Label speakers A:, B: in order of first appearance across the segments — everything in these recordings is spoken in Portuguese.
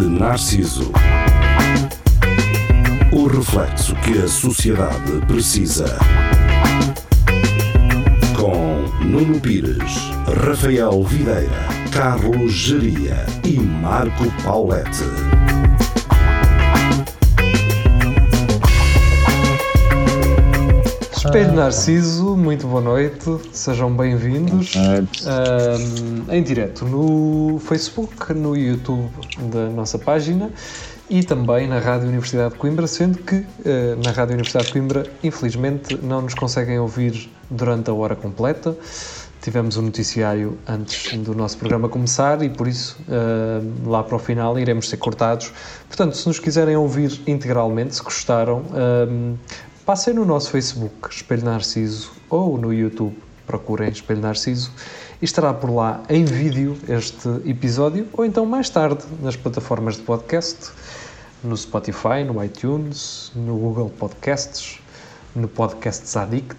A: Narciso. O reflexo que a sociedade precisa. Com Nuno Pires, Rafael Videira, Carlos Geria e Marco Paulette.
B: Espelho Narciso, muito boa noite, sejam bem-vindos ahm, em direto no Facebook, no YouTube da nossa página e também na Rádio Universidade de Coimbra, sendo que eh, na Rádio Universidade de Coimbra, infelizmente, não nos conseguem ouvir durante a hora completa. Tivemos o noticiário antes do nosso programa começar e por isso ahm, lá para o final iremos ser cortados. Portanto, se nos quiserem ouvir integralmente, se gostaram, ahm, Passem no nosso Facebook, Espelho Narciso, ou no YouTube, procurem Espelho Narciso, e estará por lá em vídeo este episódio, ou então mais tarde nas plataformas de podcast, no Spotify, no iTunes, no Google Podcasts, no Podcasts Addict,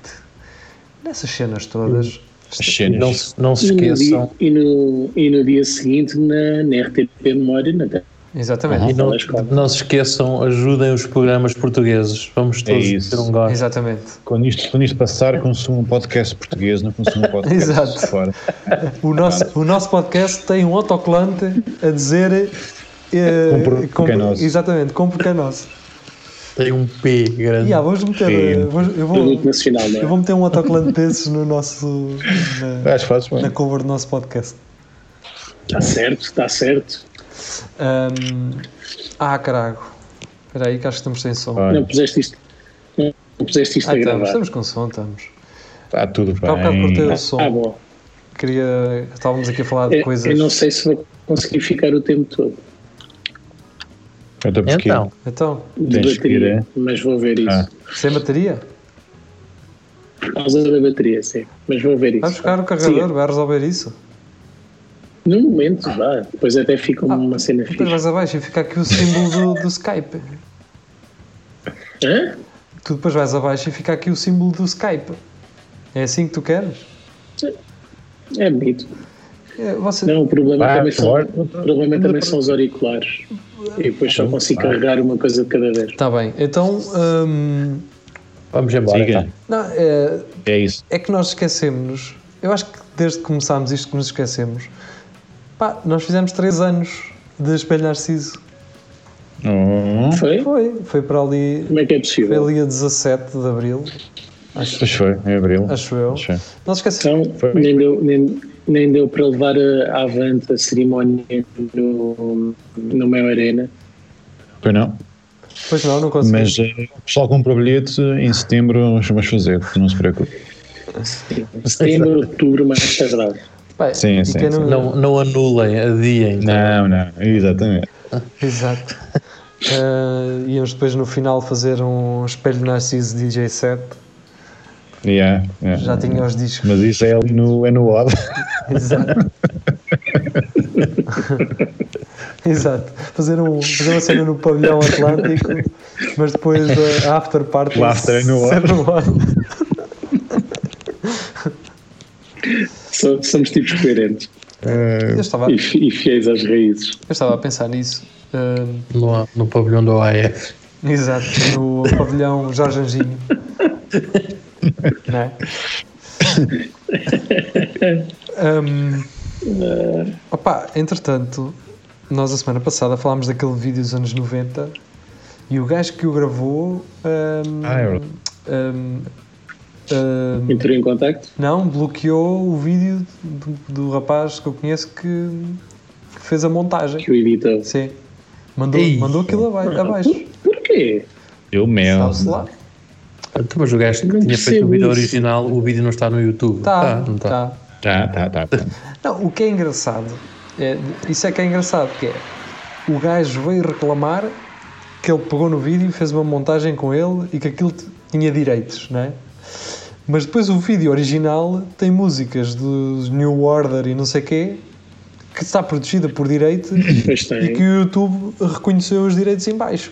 B: nessas Hum. cenas todas. é
C: As cenas.
D: Não, se- não se
E: E no
D: esqueçam.
E: dia- E no, e no dia seguinte na, na RTP Memória de Natal.
D: E
B: Exatamente,
D: não,
E: Fala, escola.
D: não se esqueçam, ajudem os programas portugueses. Vamos todos
C: É isso.
D: ter um gosto.
B: exatamente.
C: Quando isto, quando isto passar, consumo um podcast português, não consumo um podcast
B: Exato.
C: de fora.
B: O nosso, o nosso podcast tem um autocolante a dizer. eh,
C: Compre- que é nosso.
B: Exatamente, compre que é nosso. É.
D: Tem um P grande.
B: Ya, vamos ah, meter.
C: Sim.
B: eh, vou- eu, vou,
E: Produto Nacional, não é?
B: eu vou meter um autocolante desses no nosso. na-
C: Acho que fazes bem.
B: Na, cover do nosso podcast.
E: Está Tá certo, está certo.
B: Ahm, ah, carago. Espera aí, que acho que estamos sem som.
C: Olha,
E: Não puseste isto, não puseste isto
B: Ah,
E: a
B: estamos,
E: gravar.
B: estamos com som, estamos.
C: Está tudo
B: Há bocado cortei o
C: bem.
B: som.
E: Ah, bom.
B: Queria. Estávamos aqui a falar de
E: Eu,
B: coisas.
E: eu não sei se vou conseguir ficar o tempo todo
C: Então, porque
D: Então,
B: Então,
E: de
C: Tens que ir,
E: bateria,
C: é?
E: mas vou ver isso.
C: Ah.
B: sem bateria?
E: Por causa da bateria, sim. Mas vou ver isso.
B: Vai buscar o carregador, vai resolver isso.
E: Sim, no momento, vá. Depois até fica uma
B: Ah,
E: cena
B: Depois
E: fixa.
B: vais abaixo e fica aqui o símbolo do, do Skype.
E: Hã?
B: Tu depois vais abaixo e fica aqui o símbolo do Skype. É assim que tu queres?
E: É bonito.
B: É, você-
E: Não, o problema,
C: Vá,
E: também são,
C: agora-
E: o problema também são os auriculares. E depois
C: Uhum.
E: só consigo carregar uma coisa de cada vez.
B: Tá bem, então. hum,
D: vamos embora.
C: Siga.
D: então.
B: não, é,
C: É isso.
B: é que nós esquecemos. Eu acho que desde que começámos isto que nos esquecemos. Pá, nós fizemos 3 anos de Espelho Narciso.
C: Hum,
E: Foi?
B: Foi, foi para ali.
E: Como é que é
B: Foi
E: possível?
B: ali a 17 de abril,
C: Pois foi, em abril.
B: acho eu.
C: Pois foi.
B: Nós esquecemos.
E: Então,
C: Foi.
E: nem deu, nem, nem deu para levar a- à avante a cerimónia no, no Mel Arena.
C: Foi não.
E: Então,
B: Pois não, não conseguimos.
C: Mas eh, o pessoal compra o bilhete em setembro, vamos fazer, não se preocupe.
E: Setembro, é outubro, é mais tardar.
B: Pá,
C: Sim,
B: e
C: sim,
B: quem
C: sim.
B: não-
D: Não, não anulem, adiem.
C: Não, não, exatamente.
B: Exato. Ah, íamos depois no final fazer um Espelho Narciso DJ set.
C: Yeah, yeah.
B: Já tinha os discos.
C: Mas isso é ali no, é no lado.
B: Exato. Exato. Fazer, um, fazer uma cena no pavilhão Atlântico, mas depois a a after party.
C: O after é no
B: ser
C: ar.
B: no ar.
E: So- Somos tipos coerentes
C: É.
B: Eu estava,
E: e,
B: eu
E: fi- e fiéis às raízes.
B: estava a pensar nisso. Ah, Ahm,
D: No, no pavilhão do AF.
B: exato, no pavilhão Jorge Anjinho. Não é? Ahm, Opa, Um, entretanto, nós a semana passada falámos daquele vídeo dos anos 90 e o gajo que o gravou. hum,
C: Ah, é verdade.
B: hum, hum,
E: Entrou em contacto?
B: não, bloqueou o vídeo do, do rapaz que eu conheço que, que fez a montagem.
E: Que o editou.
B: Sim. Mandou,
D: Ei.
B: mandou aquilo aba- abaixo.
E: Porquê?
C: Eu mesmo.
B: Sabe-se lá.
D: Então, Mas o gajo que
E: Não
D: tinha feito o
E: percebo
D: vídeo
E: isso.
D: original, o vídeo não está no YouTube.
B: Tá,
D: Ah, não está.
B: tá.
C: Tá, tá, tá.
B: Não, o que é engraçado, é, isso é que é engraçado, que é o gajo veio reclamar que ele pegou no vídeo e fez uma montagem com ele e que aquilo t- tinha direitos, não é? Mas depois o vídeo original tem músicas dos New Order e não sei quê que está protegida por direito e
E: Pois tem.
B: que o YouTube reconheceu os direitos em baixo.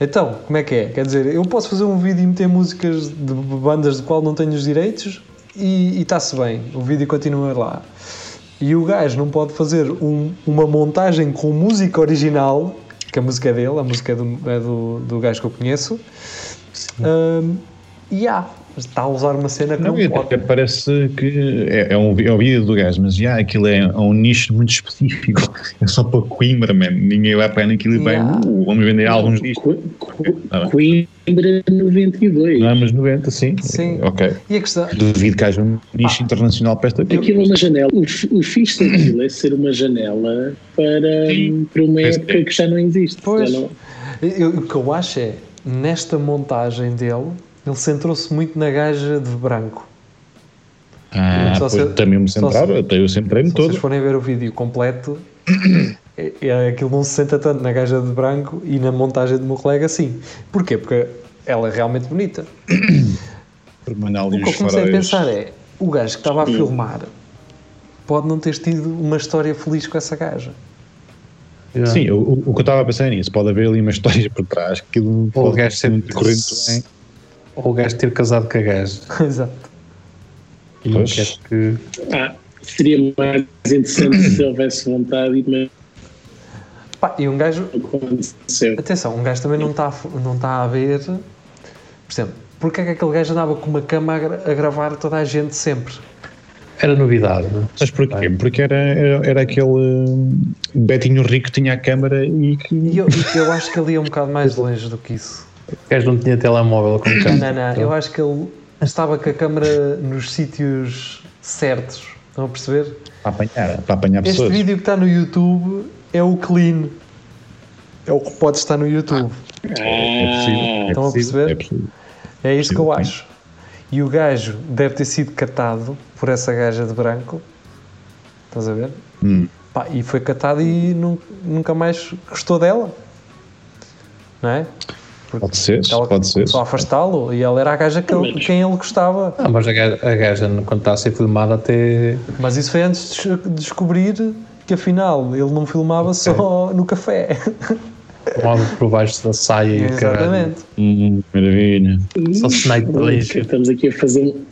B: Então, como é que é? Quer dizer, eu posso fazer um vídeo e meter músicas de bandas de qual não tenho os direitos e e está-se bem, o vídeo continua lá. e o gajo não pode fazer um- uma montagem com música original, que a música é dele, a música é do, é do, do gajo que eu conheço, Ahm, e há, está a usar uma cena que não,
C: Não, e
B: pode.
C: até parece que é, é um, vi- é um vídeo do gajo, mas já aquilo é, é um nicho muito específico. É só para Coimbra, man. Ninguém vai para naquilo e vai,
B: Yeah.
C: "Uh, vamos vender alguns discos.
E: Co- co-
C: Ah, bem.
E: Coimbra 92.
C: Não, é? mas 90, sim.
B: Sim.
C: Ok.
B: E a questão,
C: Duvido que haja um nicho internacional para esta coisa.
E: Aquilo é uma janela. O, f- o fixe daquilo é ser uma janela para,
C: Sim.
E: para uma
C: Pois
E: época
C: é.
E: que já não existe.
B: Pois.
E: Já não-
B: Eu- o que eu acho é, nesta montagem dele, ele centrou-se muito na gaja de branco.
C: Ah,
B: Só
C: pois,
B: se-
C: também me
B: só se-
C: centrava, até eu centrei-me
B: Se vocês
C: todo.
B: forem ver o vídeo completo, é, é, aquilo não se senta tanto na gaja de branco e na montagem do meu colega, sim. Porquê? Porque ela é realmente bonita.
C: Permanal
B: O que eu comecei a pensar é, o gajo que estava a filmar pode não ter tido uma história feliz com essa gaja. é-
D: Yeah.
C: Sim, o, o- o que eu estava a pensar é nisso. Pode haver ali uma história por trás que aquilo não
D: Ou o
C: pode
D: gajo
C: ser
D: ter,
C: muito corrente bem.
D: ou o gajo ter casado com a gaja.
B: Exato.
D: E não
C: Pois.
D: quer que.
E: Ah, seria mais interessante se houvesse vontade, mas
B: Pá, e um gajo,
E: não aconteceu.
B: Atenção, um gajo também não está a, f- não está a ver. Por exemplo, porque é que aquele gajo andava com uma cama a, gra- a gravar toda a gente sempre?
D: Era novidade, não é?
C: Mas porquê? Porque era, era, era aquele hum, Betinho Rico que tinha a câmara e que.
B: E eu, eu acho que ele ia um bocado mais longe do que isso.
D: O gajo não tinha telemóvel como Então,
B: Não,
D: cá.
B: não, não. Eu acho que ele estava com a câmara nos sítios certos. Estão a perceber?
C: Para apanhar, para apanhar
B: Este
C: pessoas.
B: vídeo que está no YouTube é o clean. É o que pode estar no YouTube.
E: Ah,
B: Estão a perceber?
C: É possível.
B: É isto que
C: Sim,
B: eu
C: sim.
B: acho. E o gajo deve ter sido catado por essa gaja de branco. Estás a ver?
C: Hum.
B: Pá, e foi catado e nu- nunca mais gostou dela. Não é? Porque
C: Pode ser,
B: ela
C: pode ser.
B: começou a afastá-lo e ela era a gaja que ele- quem ele gostava.
D: Ah, mas a gaja, a gaja, quando está a ser filmada, até.
B: Mas isso foi antes de des- descobrir que afinal ele não filmava só no café.
D: filmava um por baixo da saia e o caralho.
B: Exatamente.
C: Hum, maravilha.
D: Só se Hum. night
E: nunca.
D: lixo.
E: Estamos aqui a fazer um.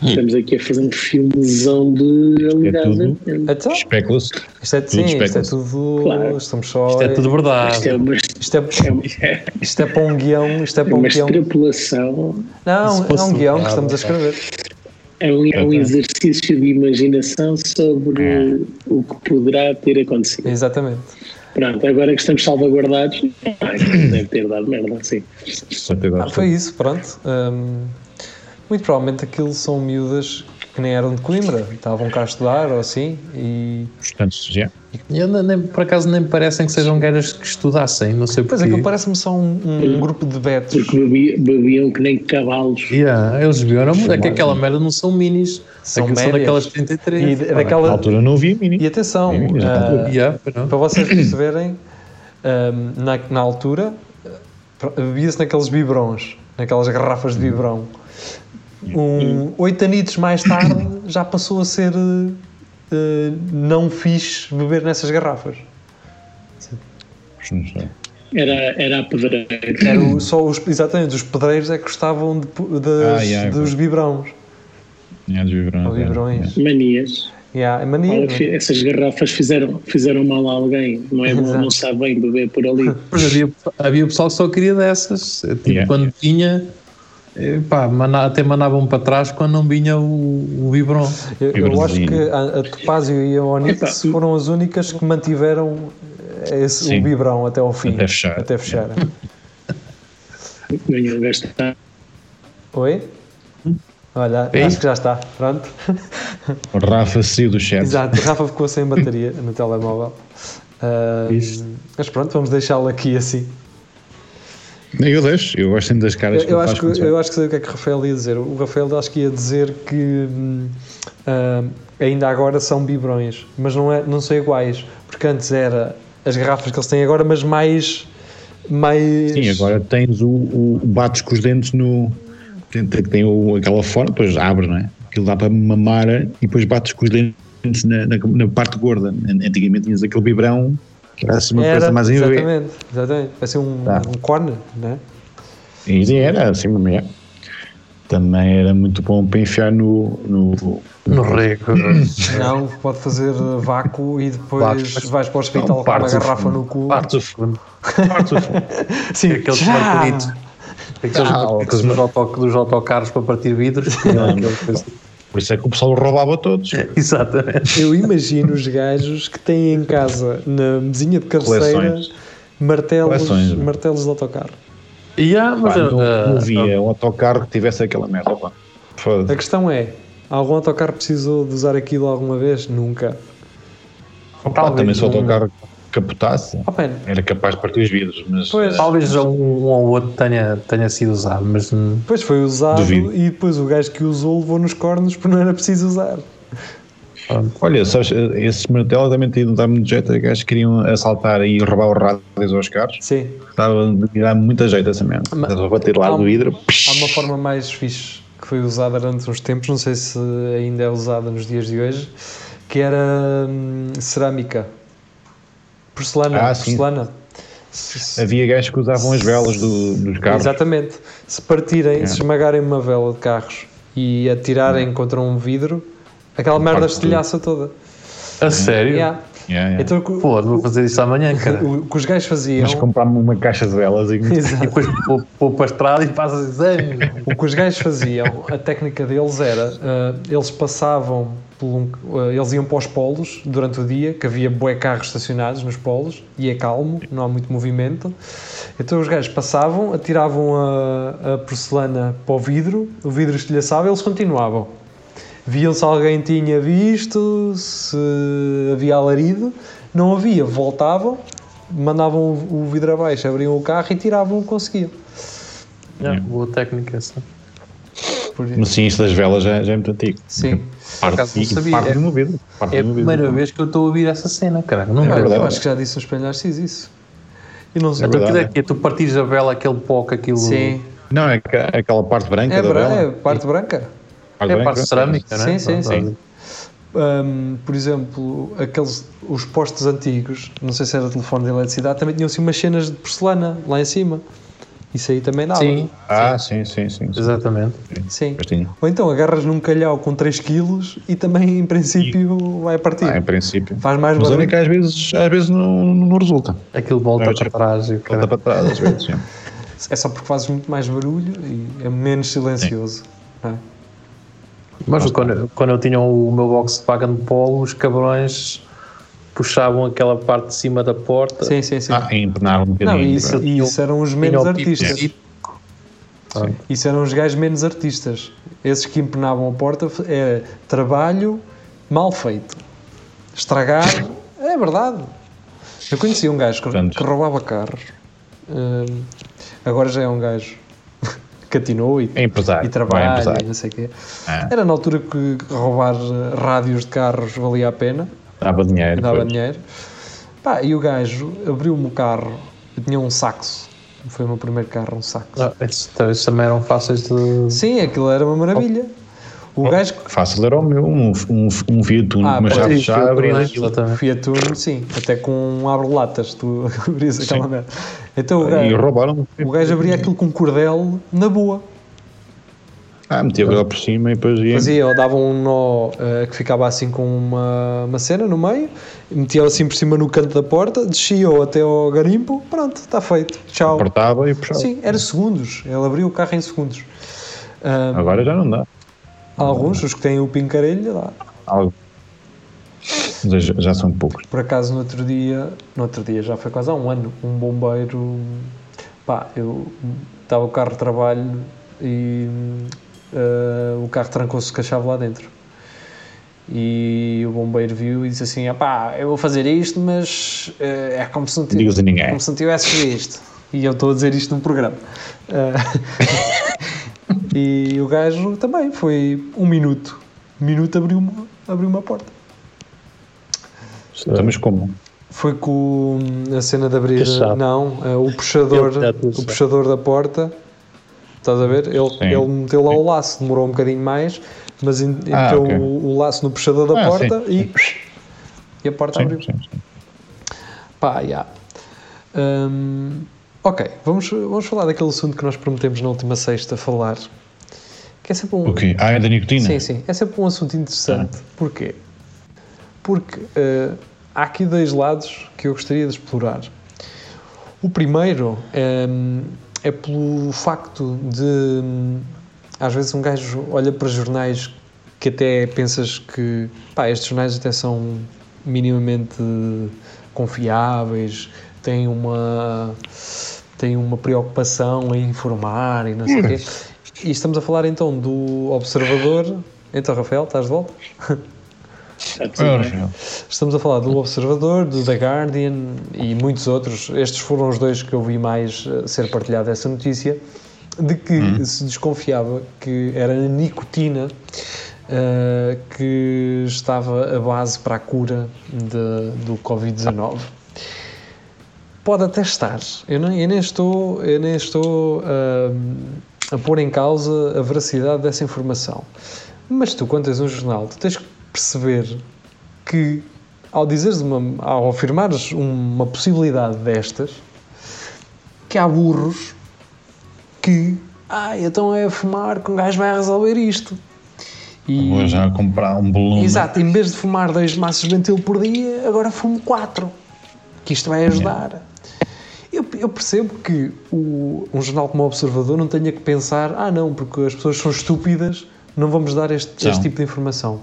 E: Estamos aqui a fazer um filmezão de realidade.
B: Então,
C: Especula-se.
B: isto é, sim, isto é
C: especula-se.
B: tudo.
E: Claro.
B: Estamos só.
D: Isto é tudo
E: Isto é
D: verdade.
E: uma,
B: Isto é,
E: é
B: isto é para um guião. Isto é para um
E: uma
B: guião.
E: extrapolação,
B: Não,
D: Se
B: é um
D: fosse
B: guião que
D: verdade,
B: estamos a
D: pá.
B: escrever.
E: é um, é um exercício de imaginação sobre
D: É.
E: o que poderá ter acontecido.
B: Exatamente.
E: Pronto, agora que estamos salvaguardados, ah, deve ter dado merda, sim.
B: Ah, foi isso, pronto. Hum, muito provavelmente aquilo são miúdas que nem eram de Coimbra, estavam cá a estudar ou assim, e
C: Portanto, já.
D: E eu nem- nem- por acaso nem me parecem que sejam gajas que estudassem, não sei
B: depois
D: porquê.
B: aquilo parece-me só um, um grupo de betos.
E: Porque bebi- bebiam que nem cavalos.
D: Yeah, eles violam, é que aquela merda não são minis,
B: São
D: são, são
B: médias.
D: daquelas
B: E
D: 33.
B: da-
C: Na
B: daquela.
C: altura não havia mini.
B: E atenção,
C: Sim,
B: ah,
C: exatamente.
D: Yeah, pronto.
B: para vocês perceberem, hum, na, na altura pr- bebia-se naqueles biberons, naquelas garrafas
C: Uhum.
B: de biberon. Um, oito anitos mais tarde já passou a ser eh, eh, não fixe beber nessas garrafas.
C: Não sei.
E: Era, era a pedreira.
B: Era o- só os, exatamente, os pedreiros é que gostavam de pu- das-
C: Ah, yeah,
B: dos biberons.
C: Tinha de vibrões,
B: Ou
C: é.
B: biberões.
E: Manias.
B: Yeah, é
E: Olha,
B: mania. não é?
E: fi- essas garrafas fizeram, fizeram mal a alguém. Não é bom,
B: Exato.
E: não sabe bem beber por ali.
D: Mas havia, havia pessoal que só queria dessas. É, Tipo,
C: Yeah.
D: quando vinha, eh, pá, mana- até mandavam para trás quando não vinha o, o biberon.
B: Eu, eu acho
C: Biberãozinho.
B: que a, a Topázio e a Onix
E: Epá.
B: foram as únicas que mantiveram esse,
C: Sim.
B: o biberão até ao fim.
C: Até fechar.
B: Até fechar.
E: Nenhum gajo está.
B: Oi?
C: Hum?
B: Olha,
D: Ei.
B: acho que já está. Pronto.
C: O é. Rafa saiu do chat.
B: Exato, Rafa ficou sem bateria no telemóvel. Ah,
D: Fixe.
B: mas pronto, vamos deixá-lo aqui assim.
C: Eu deixo, eu gosto sempre das caras
B: Eu,
C: que ele
B: eu acho
C: faz quando
B: que,
C: sai.
B: eu acho que sei o que é que o Rafael ia dizer. O Rafael acho que ia dizer que hum, ah, ainda agora são biberões, mas não, é, não são iguais, porque antes era as garrafas que eles têm agora, mas mais. mais
C: Sim, agora tens o, o bates com os dentes no. Tem, tem- tem o- aquela forma, depois abre, não é? Aquilo dá para mamar e depois bates com os dentes na, na- na parte gorda. Antigamente tinhas aquele vibrão que era assim uma coisa
B: era,
C: mais em V.
B: exatamente, exatamente. Vai ser um,
C: Tá.
B: um corner, né?
C: E era assim mesmo. é. também era muito bom para enfiar no. no
D: No rego.
B: Não, pode fazer vácuo e depois
D: Vácuo.
B: vais para o hospital
C: Não,
B: com uma
C: partes o
B: garrafa
C: fundo. É
B: no cu.
D: Partes o fundo. Partes o fundo.
B: Sim,
D: Aqueles
B: tchau!
D: martelitos. Aqueles,
C: Ah,
D: aqueles dos, auto- dos autocarros para partir vidros. Aquela coisa.
C: Por isso é que o pessoal roubava todos.
D: Exatamente.
B: Eu imagino os gajos que têm em casa, na mesinha de cabeceira,
C: Coleções.
B: martelos,
C: Coleções.
B: martelos de autocarro.
D: E há, mas
C: Pá,
D: ah,
C: não, não via um autocarro que tivesse aquela merda. Pá.
B: A
C: Foda-se.
B: questão é, algum autocarro precisou de usar aquilo alguma vez? Nunca.
D: ah,
C: Pá, também
D: talvez,
C: se o
D: um,
C: autocarro capotasse,
B: Oh, bem,
C: era capaz de partir os vidros. Mas
B: Pois.
C: eh,
D: talvez um, um ou outro tenha, tenha sido usado, mas hum,
B: depois foi usado
C: Duvido.
B: e depois o gajo que usou levou nos cornos porque não era preciso usar.
C: olha, sabes, eh, esses martelos também tinham de dar muito jeito. é Os gajos queriam assaltar e roubar os rádios aos carros.
B: Sim,
C: Estava de dar muita jeito essa merda.
B: Mas-
C: Estava a bater lá
B: há
C: do
D: Então-
B: um-
C: vidro.
B: há uma forma mais fixe que foi usada durante uns tempos, não sei se ainda é usada nos dias de hoje, que era hum, cerâmica. Porcelana,
C: Ah, sim.
B: porcelana. Se- se-
C: Havia gajos que usavam as velas do- dos carros. É.
B: Exatamente. Se partirem, se esmagarem uma vela de carros e
C: Hum.
B: atirarem contra um vidro, aquela merda
C: parte
B: estilhaça toda.
D: a sério.
B: Yeah.
C: Yeah, yeah.
B: Então, o que- o,
D: Pô, vou fazer isso amanhã, cara.
B: o que os gajos faziam.
C: É. Mas comprar-me uma caixa de velas e
D: E
B: Exato.
D: depois vou- vou para a estrada e faço exame.
B: O que os gajos faziam, a técnica deles era, ah, eles passavam, por um- ah, eles iam para os polos durante o dia, que havia bué carros estacionados nos polos, e é calmo, não há muito movimento. Então os gajos passavam, atiravam a, a porcelana para o vidro, o vidro estilhaçava e eles continuavam. Viam se alguém tinha visto, se havia alarido, não havia, voltavam, mandavam o o vidro abaixo, abriam o carro e tiravam o que conseguiam.
D: Yeah, boa técnica essa.
B: Por isso-
C: Mas sim, isto um das velas já, já é muito antigo.
B: Sim.
C: Parte,
D: não
C: e
D: sabia.
C: parte
D: É-
C: de uma vidro. Parte
D: É a
C: de uma vidro.
D: primeira vez que eu estou a ouvir essa cena, caralho. Nunca.
B: Olha,
C: É verdade.
B: eu acho que já disse no Espelho Narciso isso. E não sei.
C: É
D: Então aquilo é
C: verdade.
D: que tu partires a vela, aquele pó, que aquilo.
B: Sim.
C: Não, é ca- aquela parte branca
B: É,
C: da
B: bran-
C: vela.
B: é parte branca.
D: É a parte cerâmica, não
B: Sim,
D: é?
B: sim,
D: Pronto.
B: sim. Hum, por exemplo, aqueles, os postos antigos, não sei se era telefone de eletricidade, também tinham assim umas cenas de porcelana lá em cima. Isso aí também dava.
D: Sim,
C: Ah, sim, sim, sim. sim.
D: exatamente.
B: Sim.
C: Mas tinha.
B: Ou então agarras num calhau com 3 quilos e também, em princípio, vai partir.
D: Tipo,
C: Ah, em princípio.
B: Faz mais
C: Mas olha
B: barulho.
C: que às vezes, às vezes não, não resulta.
D: Aquilo volta
C: Não, eu
D: para
C: já-
D: trás. e o
C: Volta
D: caralho.
C: para trás, às vezes. sim.
B: É só porque fazes muito mais barulho e é menos silencioso. não é?
D: Mas quando, quando eu tinha o meu Volkswagen Polo, os cabrões puxavam aquela parte de cima da porta.
B: Sim, sim, sim.
C: Ah, e empenar um bocadinho.
B: Não, e isso,
C: não é?
B: e isso eram os
D: Tinha
B: menos
D: o pipo- assim,
B: artistas.
D: pipo. Pronto.
B: Isso eram os gajos menos artistas. Esses que empenavam a porta era trabalho mal feito. Estragar. é verdade. Eu conhecia um gajo que,
C: Portanto.
B: que roubava carros. Hum, agora já é um gajo que atinou e,
C: É empresário.
B: e trabalha
C: É
B: e
C: empresário.
B: não sei o quê.
C: Ah.
B: Era na altura que roubar eh, rádios de carros valia a pena
C: Dava dinheiro.
B: né? dava
C: pois.
B: dinheiro. Pá, e o gajo abriu-me o carro, eu tinha um saxo. Foi o meu primeiro carro, um saxo.
D: Ah, esses- esses também eram fáceis de.
B: Sim, aquilo era uma maravilha. O gajo que
C: Fácil era o meu, um, um, um Fiat Uno,
B: Ah,
C: mas
B: pois,
C: já
D: Sim,
C: fechava, abria
D: exatamente.
C: aquilo.
B: Fiat Uno, sim, até com um abre-latas, tu abrias aquela
C: Sim.
B: merda. Então o
C: E
B: gajo,
C: roubaram
B: o gajo abria aquilo com um cordel, na boa.
C: Ah, metia a vela por cima e depois ia.
B: Fazia, ou dava um nó eh, que ficava assim com uma, uma cena no meio, metia assim por cima no canto da porta, descia-o até ao garimpo, pronto, está feito, tchau.
C: Apertava e puxava.
B: Sim, era segundos. Ele abriu o carro em segundos. Ah,
C: Agora já não dá.
B: há alguns, os que têm o pincarelho, lá.
C: Algo. Mas Já, já são poucos.
B: Por acaso, no outro dia, no outro dia, já foi quase há um ano, um bombeiro. Pá, eu estava o carro de trabalho e ah, o carro trancou-se com a chave lá dentro. E o bombeiro viu e disse assim: "Ah pá, eu vou fazer isto, mas ah, é como se não
C: Não digas
B: tivesse,
C: a ninguém.
B: como se não tivesse visto. E eu estou a dizer isto num programa. Ah, E o gajo também foi um minuto. Um minuto abriu uma, abriu uma porta.
C: Então, Mas como?
B: Foi com a cena de abrir.
D: Que chave.
B: Não, eh, o puxador,
D: Ele que dá a
B: o puxador da porta. Estás a ver? Ele,
C: Sim.
B: ele meteu lá o laço, demorou um bocadinho mais, mas en- meteu
C: Ah, ok.
B: o, o laço no puxador da
C: Ah,
B: porta e. Tá E a porta
C: Sim,
B: abriu.
C: sim, sim.
B: Pá, já. Hum, ok, vamos, vamos falar daquele assunto que nós prometemos na última sexta falar, Que é sempre um.
C: O quê? Ah, é da nicotina?
B: Sim, sim. É sempre um assunto interessante. Porquê? Porque eh, há aqui dois lados que eu gostaria de explorar. O primeiro ehm, é pelo facto de. hum, Às vezes um gajo olha para jornais que até pensas que. pá, estes jornais até são minimamente confiáveis, têm uma. têm uma preocupação em informar e não sei o quê. E estamos a falar então do observador. Então, Rafael, estás de volta?
E: Está tudo
C: Ah,
E: bem.
C: Rafael.
B: Estamos a falar do Observador, do The Guardian e muitos outros. Estes foram os dois que eu vi mais eh, ser partilhada essa notícia de que se desconfiava que era a nicotina eh, que estava a base para a cura de- do Covid-19. Pode até estar. Eu, nem- eu nem estou, eu nem estou ah, a pôr em causa a veracidade dessa informação. Mas tu, quando tens um jornal, tu tens que perceber que, ao dizeres uma, ao afirmares um, uma possibilidade destas, que há burros que, ah, então é fumar que um gajo vai resolver isto. E,
C: Vou já comprar um balão.
B: Exato, em vez de fumar dois maços de ventil por dia, agora fumo quatro. Que isto vai ajudar.
C: É.
B: Eu, eu percebo que o- um jornal como o Observador não tenha que pensar, ah não, porque as pessoas são estúpidas, não vamos dar este,
C: São.
B: este tipo de informação.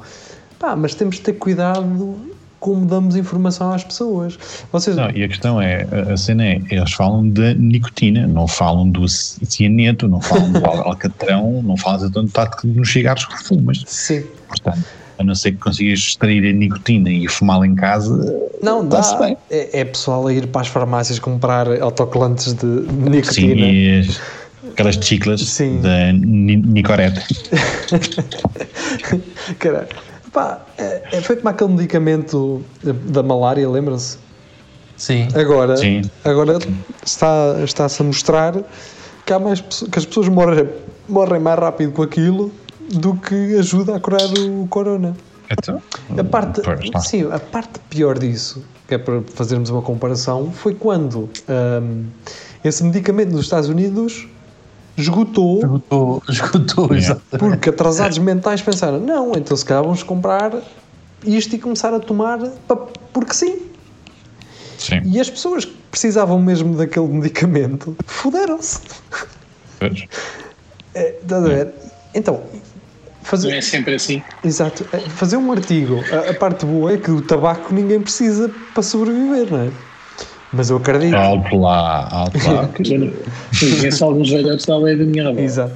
B: Pá, mas temos de ter cuidado como damos informação às pessoas. Vocês,
C: Não, e a questão é, a- a cena é, eles falam da nicotina, não falam do ci- cianeto, não falam do al- alcatrão, não falam de tanto tato que nos cigarros que fumas.
B: sim.
C: Portanto, a não ser que consigas extrair a nicotina e fumá-la em casa,
B: Não, dá.
C: Está-se bem.
B: É, é pessoal a ir para as farmácias comprar autocolantes de
C: sim,
B: nicotina.
C: e as- aquelas chiclas
B: Sim.
C: da ni- nicorete.
B: Cara, pá, é, é- foi como aquele medicamento da malária, lembram-se?
D: Sim.
B: Agora,
C: Sim.
B: agora está, está-se a mostrar que, há mais, pesso- que as pessoas morrem, morrem mais rápido com aquilo do que ajuda a curar o corona.
C: Então,
B: A parte,
C: pois lá.
B: sim, a parte pior disso, que é para fazermos uma comparação, foi quando hum, esse medicamento nos Estados Unidos esgotou
D: Esgotou, esgotou,
C: Yeah.
D: exato.
B: porque atrasados mentais pensaram, não, então se calhar vamos comprar isto e começar a tomar pa- porque sim.
C: Sim,
B: E as pessoas que precisavam mesmo daquele medicamento fuderam-se.
C: pois.
B: É, estás a ver? Então,
E: Não
B: fazer,
E: é sempre assim.
B: exato, é, fazer um artigo, a, a parte boa é que o tabaco ninguém precisa para sobreviver, não é? Mas eu acredito.
C: Alto lá, alto lá.
E: Já não- assim. Conheço alguns velhotes da lei da minha avó.
B: Exato.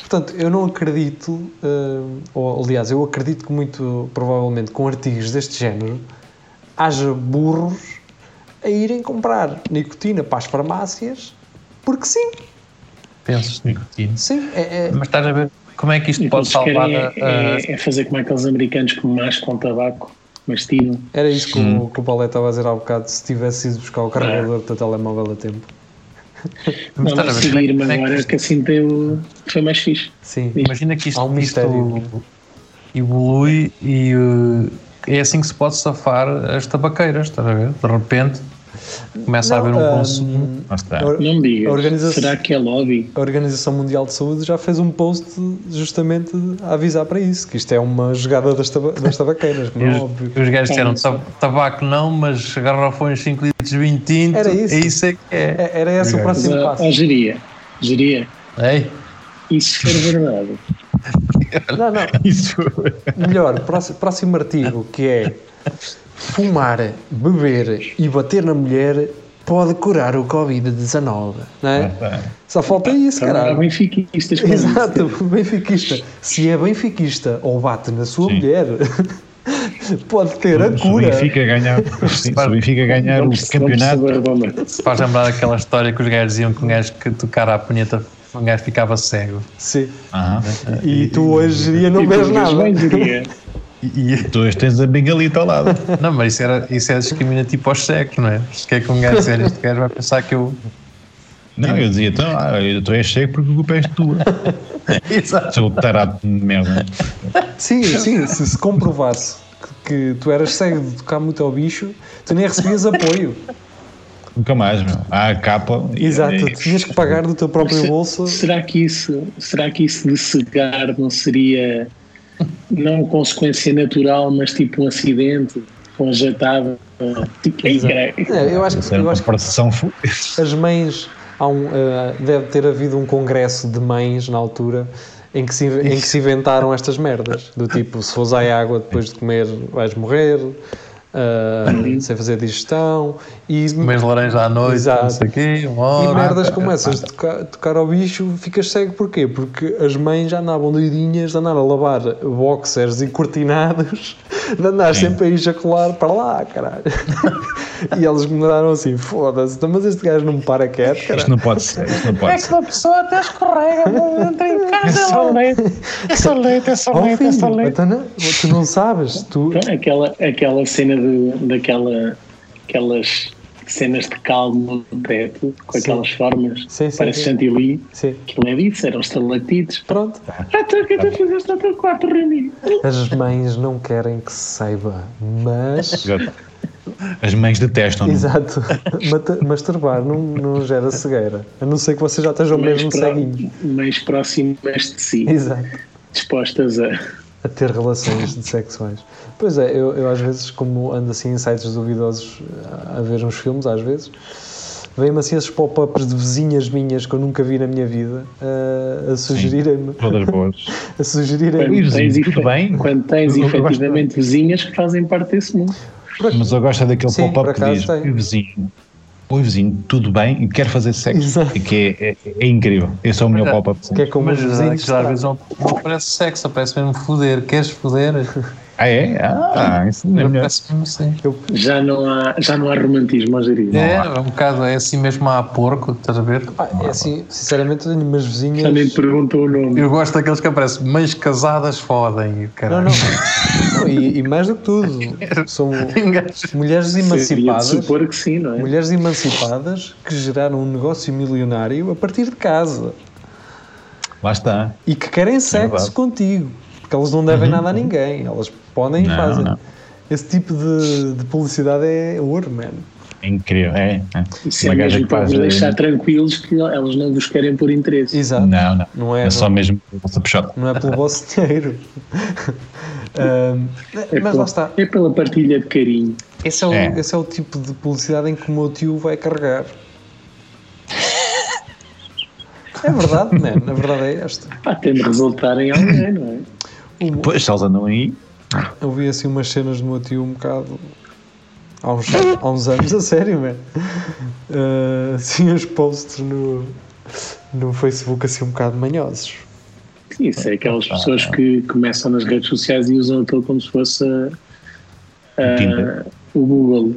B: Portanto, eu não acredito, hum, ou aliás, eu acredito que muito provavelmente com artigos deste género haja burros a irem comprar nicotina para as farmácias, porque sim,
D: Pensos de nicotina.
B: sim. É, é-
D: Mas estás a ver como é que isto
E: E
D: pode
E: o que eles
D: salvar eh,
E: querem
D: a.
E: é,
D: a-
E: é- é fazer como aqueles americanos que mascam tabaco, tipo, mastigam.
B: era isso que, o, que o Paulo estava a dizer há bocado, se tivesse ido buscar o carregador do teu telemóvel a tempo.
D: Está
E: Não,
D: bem,
E: mas
D: como é que-
E: seguir-me
D: como é que
E: agora,
D: isto-
E: que assim deu. Foi mais fixe.
B: Sim.
D: Imagina que isto,
B: Há um
D: isto
B: mistério.
D: evolui e uh, é assim que se pode safar as tabaqueiras, estás a ver? De repente começa a haver um
B: Não, hum,
D: consumo.
C: Lá está.
B: a or-
E: Não me digas.
B: A organização-
E: Será que é lobby?
B: a Organização Mundial de Saúde já fez um post justamente a avisar para isso, que isto é uma jogada das, taba das tabaqueiras, como
D: E
B: é
D: os,
B: óbvio.
D: e os gajos disseram "Tab- tabaco não, mas garrafões 5 litros de vinho tinto.
B: Era isso.
D: É isso é que é.
B: É- Era esse o
E: Mas,
B: próximo
E: ó,
B: passo.
E: ó, geria. Geria.
D: Ei,
E: Isso for verdade.
B: Não, não,
C: Isso foi.
B: Melhor, próximo, próximo artigo que é fumar, beber e bater na mulher pode curar o Covid-19, não é? Só falta isso,
E: Caralho.
B: caralho.
E: benfiquistas. com
B: Exato, benfiquista. Se é benfiquista ou bate na sua mulher, pode ter a
C: Se o
B: cura.
C: Benfica ganhar, se o Benfica ganhar o
E: isso. Vamos
C: É um campeonato,
E: saber, vamos.
D: se faz lembrar aquela história que os gajos diziam que um gajo que tocara a punheta, um gajo ficava cego.
B: Sim.
C: Aham.
B: E tu hoje em dia não
E: E
B: vês
E: tu vês
B: nada.
E: bem, geria.
C: E, e tu hoje tens a bengalita ao lado.
D: Não, mas isso, era, isso é discriminativo aos cegos, não é? Mas O que é que um gajo sério? Este gajo vai pensar que eu.
C: Não, eu dizia, então, ah, eu- tu és cego porque a culpa és tua.
D: Exato.
C: Seu tarado de merda.
B: Sim, sim, se se comprovasse que, que tu eras cego de tocar muito ao bicho, tu nem recebias apoio.
C: nunca mais, meu. Há a capa. e-
B: Exato,
C: e-
B: tinhas que pagar do teu próprio bolso.
E: Será que isso, será que isso de cegar não seria não consequência natural, mas tipo um acidente conjetável? Tipo, ei,
B: Exato.
E: caralho.
B: É, eu acho
C: Isso
B: que,
C: é
B: eu
C: uma
B: acho que
C: operação fu-
B: as mães. Há um, eh, deve ter havido um congresso de mães na altura em que, se, em que se inventaram estas merdas. Do tipo, se fores à água depois de comer, vais morrer, ah, sem fazer digestão. E,
D: Comes laranja à noite,
B: Exato.
D: não sei o quê, um uma
B: e
D: hora.
B: merdas como essas. Tocar, tocar ao bicho, ficas cego porquê? Porque as mães já andavam doidinhas de andar a lavar boxers e cortinados, de andar sempre a ejacular para lá, caralho. e eles me daram assim: foda-se, então, mas este gajo não me para quieto, caralho.
C: Isto não pode ser, isto não
B: É
C: pode ser.
D: uma pessoa até escorrega, entra em casa.
C: É só leite, é só
B: Oh, filho, então não- tu não sabes, tu,
E: Então, Aquela, aquela cena do, daquela, aquelas cenas de calmo no teto, com
B: Sim.
E: aquelas formas,
B: Sim, sim,
E: parece
B: sim.
E: chantilly.
B: sim,
E: Aquilo é disso, eram estalactites.
B: pronto.
E: Ah, tu que
B: Tá
E: tu fizeste até quatro reuniões.
B: As mães não querem que se saiba, mas.
C: As mães detestam. não?
B: Exato, Mata- masturbar não, não gera cegueira, a não ser que vocês já estejam mesmo ceguinhos.
E: mais próximas de si,
B: Exato.
E: dispostas a.
B: A ter relações de sexuais. Pois é, eu, eu às vezes, como ando assim em sites duvidosos eh, a a ver uns filmes, às vezes, vêm-me assim esses pop-ups de vizinhas minhas que eu nunca vi na minha vida eh, a- a sugerirem-me.
C: Todas boas.
B: A sugerirem-me.
E: Quando tens,
C: tudo bem?
E: quando tens
C: Eu- eu gosto
E: efetivamente vizinhas que fazem parte desse mundo.
C: Mas eu gosto é daquele
B: Sim, por
C: pop-up que
B: acaso
C: diz:
B: tem.
C: Oi vizinho, oi vizinho, tudo bem? E quero fazer sexo.
B: Exato.
C: E que é, é- é incrível. Esse é o melhor
D: Mas é-
C: pop-up.
B: Que é como os
D: Mas
B: vizinhos.
D: às vezes um não, não parece sexo, parece mesmo foder. Queres foder?
C: Ah, é? Ah, isso não é melhor.
D: Parece mesmo assim.
E: Já não há, já não há romantismo, ó Jerry.
D: É, é um bocado, é assim mesmo a porco, estás a ver?
B: Pá, é assim, sinceramente, eu tenho umas vizinhas.
E: Já nem te perguntou o nome.
D: Eu gosto daqueles que aparecem, mães casadas fodem. e
B: Não,
D: Caralho.
B: não. Não, e, e mais do que tudo, são mulheres
E: Seria de
B: emancipadas.
E: supor que
D: né?
E: sim, não é?
B: Mulheres emancipadas que geraram um negócio milionário a partir de casa
C: Lá está.
B: e que querem sexo
C: É verdade. Uhum.
B: contigo, porque elas não devem nada a ninguém, elas podem e
C: Não,
B: fazem.
C: não.
B: Esse tipo de, de publicidade é ouro, man.
C: É incrível. É, é.
E: Isso é
C: Uma gaja
E: mesmo
C: que
E: para
C: faz,
E: vos
C: eh,
E: deixar tranquilos que elas não vos querem por interesse.
B: Exato. Não,
C: Não, não.
B: é,
C: É,
B: não,
C: só mesmo essa puxada.
B: não é pelo vosso dinheiro. Ahm,
E: É
B: mas
E: pela-
B: lá está.
E: É pela partilha de carinho.
B: Esse é, o,
C: É.
B: esse é o tipo de publicidade em que o meu tio vai carregar. É verdade, man. A verdade é esta.
E: Pá, tem de resultar em alguém, não é?
C: Pois, eles andam aí.
B: Eu vi assim umas cenas do meu tio um bocado. Há uns, há uns anos, a sério, man. Eh, assim, os posts no, no Facebook, assim, um bocado manhosos.
E: Isso é aquelas pessoas que começam nas redes sociais e usam aquilo como se fosse ah,
C: Tinder.
E: o Google.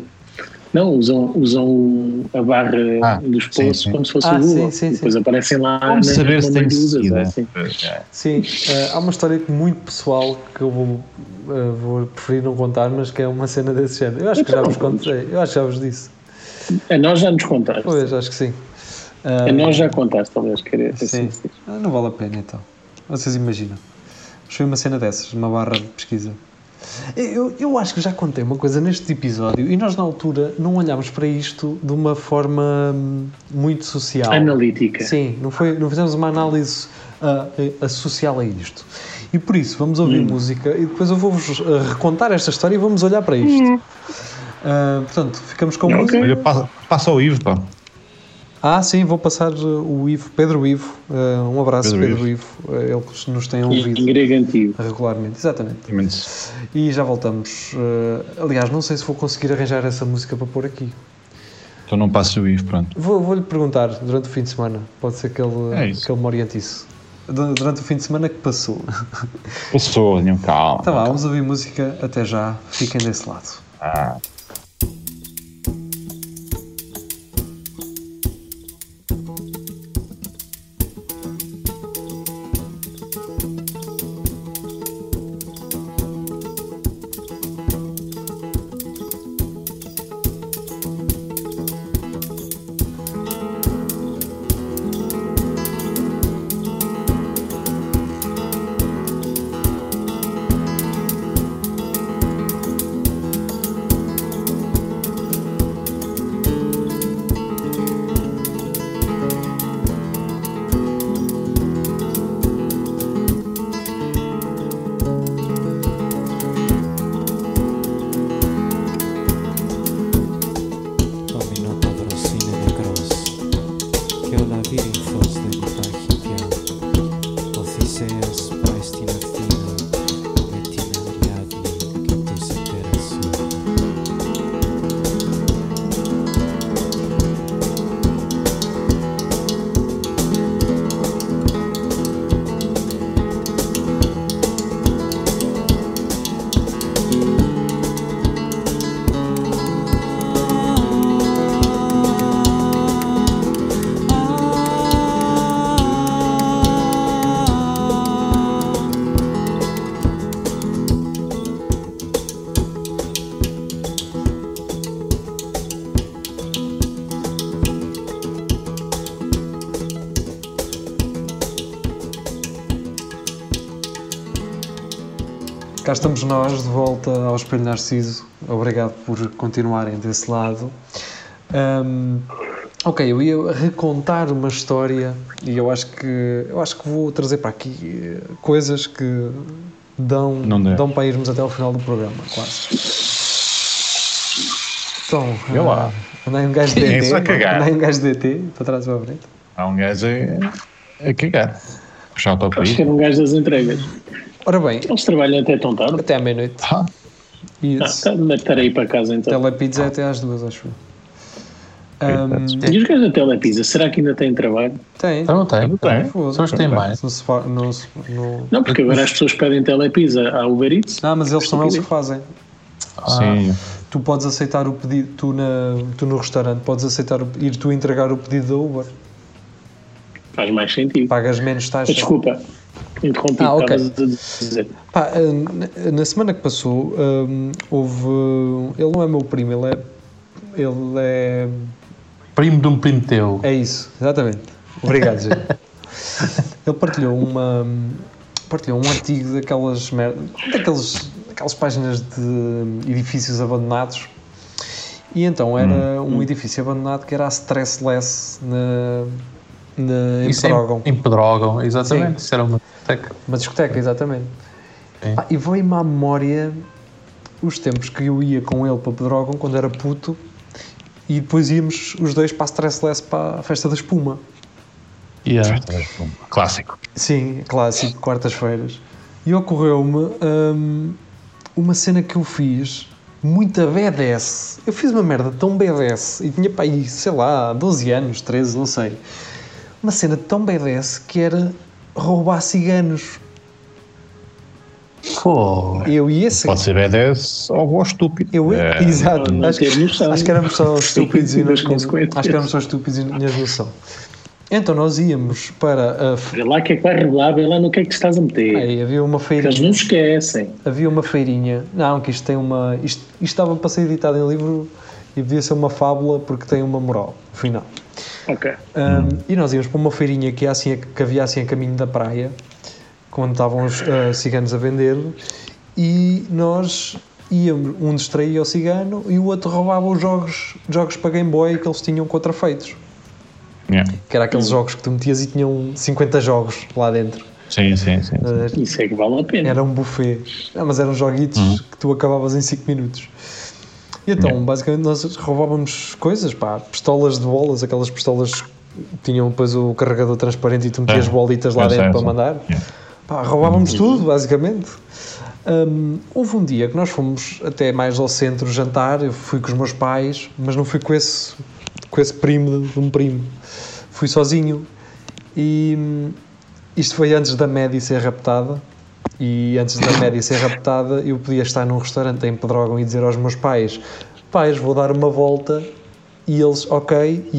E: Não, usam, usam o- a barra
C: Ah,
E: dos
C: sim,
E: posts
C: sim.
E: como se fosse
B: Ah,
E: o
B: sim,
E: Google.
B: sim,
E: E depois aparecem lá
C: Como saber se
E: Ah, né? tem né?
C: tem
E: é
C: seguida.
E: assim.
C: é.
B: Sim, eh, há uma história que muito pessoal que eu vou, eh, vou preferir não contar, mas que é uma cena desse género. Eu acho que já vos contei, eu acho que já vos disse.
E: A nós já nos contaste.
B: Pois, acho que sim. Ah,
E: A nós já contaste, talvez, assim, querer.
B: Sim. Ah, não vale a pena então. Vocês imaginam. Mas foi uma cena dessas, uma barra de pesquisa. Eu, eu acho que já contei uma coisa neste episódio e nós na altura não olhámos para isto de uma forma hum, muito social.
E: Analítica.
B: Sim, não, foi, não fizemos uma análise ah, eh, social a isto. E por isso, vamos ouvir música e depois eu vou-vos ah, recontar esta história e vamos olhar para isto. Ah, portanto, ficamos com música.
C: Olha, passa, passa ao Ivo, pá.
B: Ah, sim, vou passar uh, o Ivo, Pedro Ivo. uh, um abraço, Pedro,
C: Pedro
B: Ivo. Uh, ele que nos tem
E: Em
B: ouvido
E: grego antigo.
B: regularmente, exatamente.
C: Mas
B: E já voltamos. Uh, aliás, não sei se vou conseguir arranjar essa música para pôr aqui.
C: Então não passa o Ivo, pronto.
B: Vou- Vou-lhe perguntar durante o fim de semana. Pode ser que ele,
C: É isso.
B: que ele me oriente isso. Du- Durante o fim de semana que passou.
C: Passou, não, calma.
B: Tá bom, vamos ouvir música. Até já. Fiquem desse lado.
F: Thank
B: Cá estamos nós de volta ao Espelho Narciso. Obrigado por continuarem desse lado. Um, ok, eu ia recontar uma história e eu acho que eu acho que vou trazer para aqui eh, coisas que dão,
C: Não deve.
B: dão para irmos até ao final do programa, quase. Então,
C: Vê lá.
B: ah, andei um gajo de
C: É
B: DT,
C: só cagar.
B: andei um gajo de DT, para trás e para a frente.
C: Há um gajo a, a cagar. Puxar o topo
E: Acho que
C: aí.
E: era um gajo das entregas.
B: Ora bem,
E: Eles trabalham até tão tarde.
B: até à meia-noite.
C: Ah,
B: Isso.
E: Ah, mas estarei para casa então.
B: Telepizza é até às duas, acho eu. Ahm,
E: E os gajos da Telepisa, será que ainda têm trabalho?
B: tem.
D: Então não tem.
C: Não tem.
D: As pessoas têm mais.
B: No spa- no s- no-
E: Não, porque agora as pessoas pedem Telepisa à Uber Eats.
B: Não, mas eles são eles que fazem.
C: Sim.
B: Tu podes aceitar o pedido, tu, na, tu no restaurante podes aceitar, o- ir tu entregar o pedido da Uber.
E: Faz mais sentido.
B: Pagas menos taxa.
E: Desculpa, interrompi.
B: Ah, ok.
E: estavas a dizer.
B: Pá, ah, na- na semana que passou, hum, houve. Ele não é meu primo, ele é. Ele é.
D: Primo de um primo teu.
B: É isso, exatamente. Obrigado, Gil. Ele partilhou uma partilhou um artigo daquelas mer- daqueles, daquelas páginas de edifícios abandonados e então
D: Hum.
B: era um edifício abandonado que era a Stressless na, na, em
D: Isso é
B: Pedrógão.
D: Empedrogam, exatamente. Isso era uma discoteca.
B: Uma discoteca, exatamente.
D: Sim.
B: Ah, e veio-me à memória os tempos que eu ia com ele para Pedrógão quando era puto e depois íamos os dois para a Stressless para a festa da espuma.
D: Yeah.
C: É. Clássico.
B: Sim, clássico, quartas-feiras. E ocorreu-me hum, uma cena que eu fiz, muita BDS. Eu fiz uma merda tão BDS, e tinha para aí, sei lá, 12 anos, 13, não sei. Uma cena tão BDS que era roubar ciganos.
D: Pô,
B: Eu e esse.
C: Pode ser B10 ou voz estúpido.
B: Eu,
C: É,
B: exato,
E: não
B: acho que,
E: ter noção.
B: acho que éramos só estúpidos e
E: Tem
B: não
E: das
B: tínhamos,
E: consequências.
B: acho que éramos só estúpidos e não tínhamos noção. Então nós íamos para a. fe-
E: Vê lá que é que vai revelar, vê lá no que é que te estás a meter.
B: Aí havia uma feira.
E: Eles não esquecem.
B: Havia uma feirinha. Não, que isto tem uma. Isto, isto estava para ser editado em livro e podia ser uma fábula porque tem uma moral. Final.
E: Ok.
B: Ahm, E nós íamos para uma feirinha que, ia assim, a- que havia assim a caminho da praia, quando estavam os ah, ciganos a vender, e nós íamos, um distraía o cigano e o outro roubava os jogos, jogos para Game Boy que eles tinham contrafeitos.
C: Yeah.
B: Que era aqueles jogos que tu metias e tinham 50 jogos lá dentro.
C: Sim, sim, sim.
B: Estás a ver?
E: Isso é que vale a pena.
B: Era um buffet. Ah, mas eram joguitos que tu acabavas em 5 minutos. E então, basicamente, nós roubávamos coisas, pá, pistolas de bolas, aquelas pistolas que tinham depois o carregador transparente e tu metias
C: É.
B: bolitas lá
C: Eu sei,
B: dentro
C: eu
B: para
C: sei.
B: mandar. Pá, roubávamos tudo, basicamente. Hum, houve um dia que nós fomos até mais ao centro jantar, eu fui com os meus pais, mas não fui com esse, com esse primo de- de um primo. Fui sozinho e hum, isto foi antes da Maddie ser raptada. E antes da Maddie ser raptada, eu podia estar num restaurante em Pedrógão e dizer aos meus pais: Pais, vou dar uma volta. E eles, ok,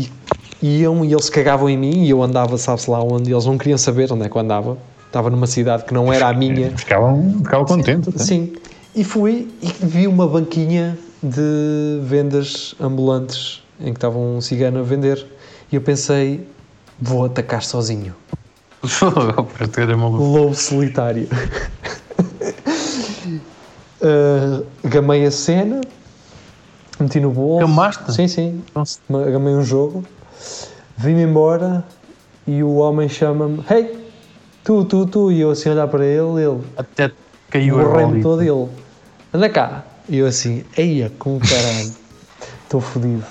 B: e iam e eles cagavam em mim. E eu andava, sabe-se lá onde, eles não queriam saber onde é que eu andava. Estava numa cidade que não era a minha.
C: Ficavam, ficavam contentes. até.
B: Sim, e fui e vi uma banquinha de vendas ambulantes em que estava um cigano a vender. E eu pensei: Vou atacar sozinho.
D: Para ter a é maluco.
B: Lobo solitário. Uh, gamei a cena, meti no bolso.
D: Gamaste?
B: Sim, sim.
D: Nossa.
B: Ma- Gamei um jogo, vim-me embora e o homem chama-me: Hey, tu, tu, tu. E eu assim olhar para ele, ele
D: Até caiu a
B: borrei-me
D: bola.
B: todo ele: Anda cá. E eu assim: Eia, como caralho, estou fodido.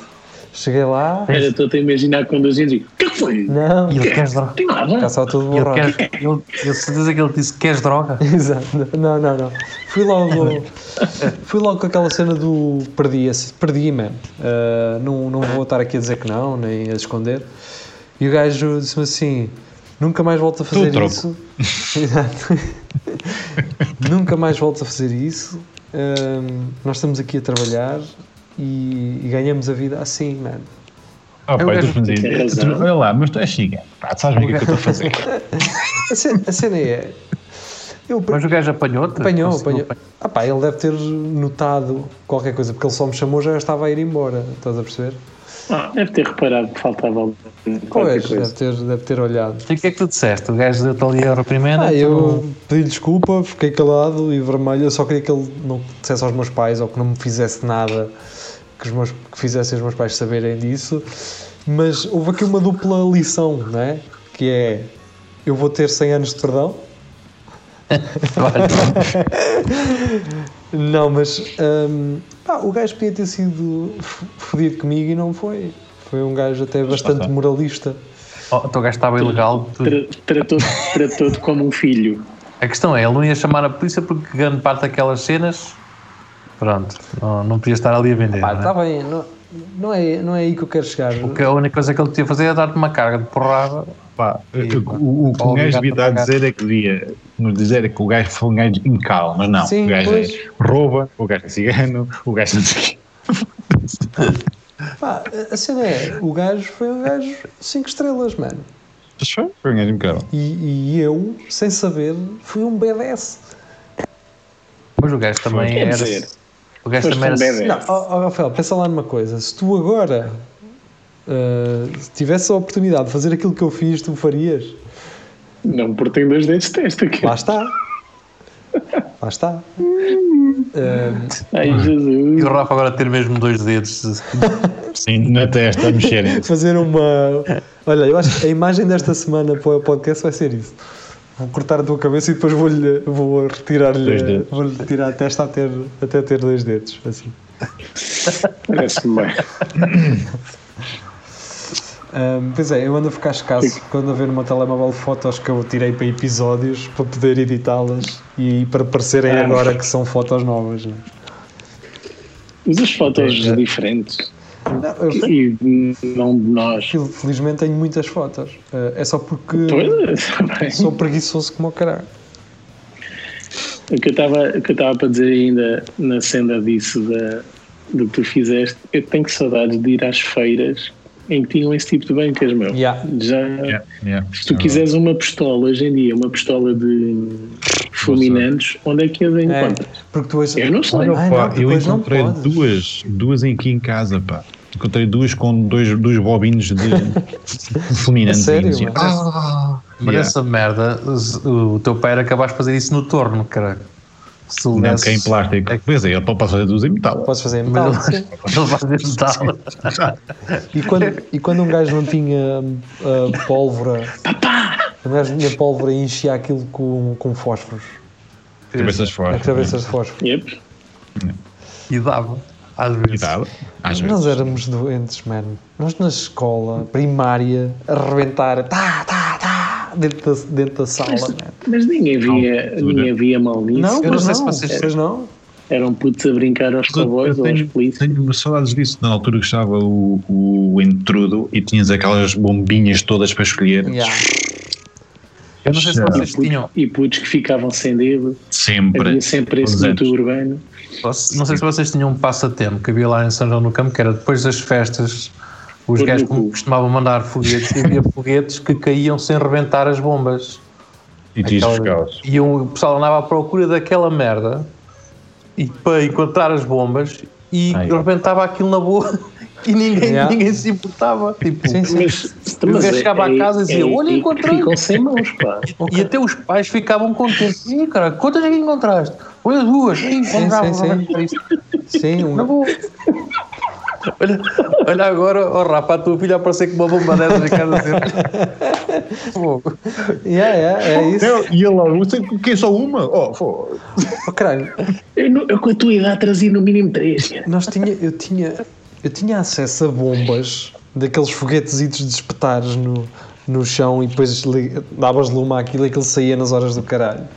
B: Cheguei lá,
E: Era, estou-te a imaginar quando a gente diz: O que é que foi? Não
B: não,
D: E ele queres droga.
E: tem
B: cá
E: nada.
B: só tudo
D: E Ele
B: borrado.
D: queres, ele, eu certeza que ele disse queres droga.
B: Exato. Não, não, não. Fui logo, fui logo com aquela cena do perdi, esse- perdi man. Ah, não, não vou estar aqui a dizer que não, nem a esconder. E o gajo disse-me assim: nunca mais volto a fazer
C: troco.
B: isso. Exato. nunca mais volto a fazer isso. Ahm, nós estamos aqui a trabalhar e, e ganhamos a vida assim, mano.
C: Ah,
D: Eu
C: pai,
D: acho
C: Deus me
E: tem
C: diz.
E: razão.
C: Olha lá, mas tu és chica. Pá, tu sabes bem o que é que eu estou a fazer.
B: A cena, a cena é. Eu,
D: Mas o gajo apanhou-te?
B: Apanhou,
D: Conseguiu
B: apanhou. Ah pá, ele deve ter notado qualquer coisa, porque ele só me chamou já eu estava a ir embora, estás a perceber?
E: Ah, deve ter reparado que faltava alguma
B: Pois, deve
E: coisa.
B: ter, deve ter olhado.
D: E o que é que tu disseste? O gajo deu-te ali a reprimenda?
B: Ah,
D: tu-
B: eu pedi desculpa, fiquei calado e vermelho. Eu só queria que ele não dissesse aos meus pais ou que não me fizesse nada, que, os meus, que fizessem os meus pais saberem disso. Mas houve aqui uma dupla lição, não é? Que é: eu vou ter 100 anos de perdão. Não, mas hum, pá, o gajo podia ter sido f- fodido comigo e não foi. Foi um gajo até bastante moralista.
D: Oh, o teu gajo estava ilegal. tu-
E: Tra- Tratou tratou-te como um filho.
D: A questão é, ele não ia chamar a polícia porque grande parte daquelas cenas. Pronto, não, não podia estar ali a vender.
B: Pá,
D: não é?
B: está bem, não, não é, não é aí que eu quero chegar.
D: Porque a única coisa que ele podia fazer era dar-te uma carga de porrada.
C: Pá,
D: E,
C: o- o, o É que o gajo
D: obrigado
C: devia
D: a
C: dar a
D: pagar.
C: dizer é que devia nos dizer é que o gajo foi um gajo incal, mas não.
B: Sim,
C: o gajo
B: pois.
C: é rouba, o gajo é cigano, o gajo é não sei o quê.
B: Pá, a cena é, o gajo foi um gajo 5 estrelas, mano.
C: Mas Foi foi um gajo incal.
B: E, e eu, sem saber, fui um BDS.
D: Mas o gajo também
E: Quer
D: era.
E: dizer,
D: O gajo
E: foste
D: também
E: um
D: era.
E: bebê.
B: Não, ó, ó, Rafael, pensa lá numa coisa. Se tu agora ah, tivesse a oportunidade de fazer aquilo que eu fiz, tu farias?
E: Não, porque tem dois dedos de testa aqui.
B: Lá está. Lá está. Ah,
E: Ai,
D: E
E: Jesus.
D: o Rafa agora ter mesmo dois dedos.
C: Sim, na testa, a mexerem.
B: fazer uma... Olha, eu acho que a imagem desta semana para o podcast vai ser isso. Vou cortar a tua cabeça e depois vou-lhe vou
C: Dois
B: retirar-lhe
C: dedos.
B: vou-lhe tirar a testa até, até ter dois dedos. Assim.
E: Parece-me bem.
B: Ahm, pois é, eu ando a ficar escasso quando a ver uma telemóvel de fotos que eu tirei para episódios para poder editá-las e para parecerem
E: Ah.
B: agora que são fotos novas. Né?
E: Usas fotos
B: é.
E: diferentes
B: Não, eu,
E: e não de nós.
B: eu, felizmente tenho muitas fotos. Ah, é só porque
E: Pois, está bem.
B: sou preguiçoso como o caralho.
E: O que eu estava o que eu estava para dizer ainda na senda disso da, do que tu fizeste, eu tenho saudades de ir às feiras em que tinham esse tipo de bancas, meu.
B: Yeah.
E: Já,
C: Yeah, yeah.
E: Se tu quiseres uma pistola hoje em dia, uma pistola de fulminantes, onde é que as
B: É,
E: encontras?
B: porque tu és,
E: Eu não sei.
B: Ah,
E: Olha,
C: Pá,
B: não, tu
C: eu
B: depois não
C: encontrei
B: podes.
C: duas, duas aqui em casa, pá. Encontrei duas com dois, dois bobinhos de fulminantes.
B: sério, mano?
D: Ah, mas
C: Yeah.
D: essa merda, o teu pai era capaz de fazer isso no torno, caralho. Se o
C: Não,
D: desse-
C: que é em plástico. Pois é, ele pode fazer duas em metal.
B: Podes fazer então? em metal.
D: Mas ele, ele vai tentar.
B: E quando, e quando um gajo não tinha ah, pólvora. Quando um gajo não tinha pólvora e enchia aquilo com, com fósforos.
C: Cabeças né?
B: As
C: fora.
B: é, cabeças de fósforo.
E: Yep.
D: E dava. Às vezes.
C: Cuidado. Às vezes.
B: Nós éramos doentes, mano. Nós na escola primária, a arrebentar, tá, tá, tá, dentro da, dentro da sala, mano.
E: Mas ninguém via,
C: tudo.
E: ninguém via mal nisso.
B: Não,
D: não
B: mas
D: sei
B: não,
D: se vocês-
B: vocês não.
E: Eram putos a brincar aos cowboys ou aos
C: tenho,
E: polícias.
C: tenho saudades disso. Na altura que estava o, o intrudo e tinhas aquelas bombinhas todas para escolher.
B: Yeah.
D: Eu não sei se
C: Já.
D: vocês tinham.
E: E putos que ficavam sem dedo.
C: Sempre.
E: Havia sempre esse
C: Todos
E: mito
C: eles.
E: urbano.
D: Não sei se vocês tinham um passatempo que havia lá em São João no Campo, que era depois das festas, os
E: Pôr
D: gajos
E: no
D: como
E: cu.
D: costumavam mandar foguetes, e havia foguetes que caíam sem rebentar as bombas.
C: E tinhas
D: Aquela-
C: buscá-las.
D: E um, o pessoal andava à procura daquela merda e para encontrar as bombas e
C: Ai.
D: rebentava aquilo na boa e ninguém,
B: Yeah.
D: ninguém se importava. Tipo,
B: Sim, sim.
E: Mas,
D: o
E: mas
D: gajo
E: é-
D: chegava
E: é-
D: à casa e dizia:
E: é-
D: Olha,
E: é-
D: encontrei.
E: Ficam sem mãos, pá.
D: E até os pais ficavam contentes. Ih, cara, quantas é que encontraste? Olha, duas. Ih, encontrava,
B: sim,
D: rebentar isso.
B: Sim, um-
D: Na boa. Olha, olha agora, oh, rapaz, a tua filha apareceu com uma bomba dessas em casa. assim. Pô,
B: yeah, yeah, é isso.
C: Eu- E ele logo, "Sei que é só uma? Oh, fô.
B: Oh, caralho,
E: Eu, não- eu com a tua idade trazia no mínimo três. cara.
B: nós tinha, eu, tinha, eu tinha acesso a bombas, daqueles foguetezitos de espetares no, no chão e depois li- davas luma àquilo e aquilo saía nas horas do caralho.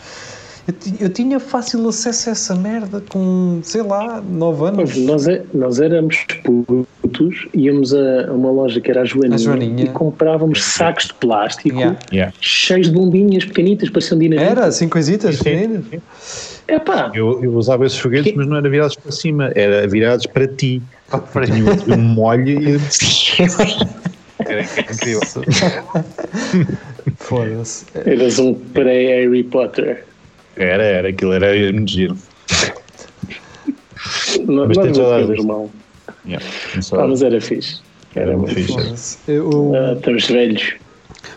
B: Eu, ti- eu tinha fácil acesso a essa merda com, sei lá, 9 anos.
E: Mas Nós, é- nós éramos putos, íamos a, a uma loja que era a Joaninha,
B: A Joaninha.
E: e comprávamos sacos de plástico
B: Yeah.
C: Yeah.
E: cheios de bombinhas pequenitas, pareciam dinamite.
B: Era, assim coisitas, meninas.
E: Epá,
C: Eu, eu usava esses foguetes, mas não era virados para cima, era virados para ti.
D: pá, peraí.
C: Tinha um- um molho e. Era incrível.
B: Foda-se. é,
E: eras um pré-Harry Potter.
C: Era, era, aquilo era muito giro.
E: Não,
C: Mas tens
E: nós
C: saudades
E: não tínhamos
C: deste?
E: mal.
C: Yeah.
E: Pá, mas era fixe.
C: Era uma ficha.
B: Foda-se. é, Eu-
E: Ah, estamos velhos.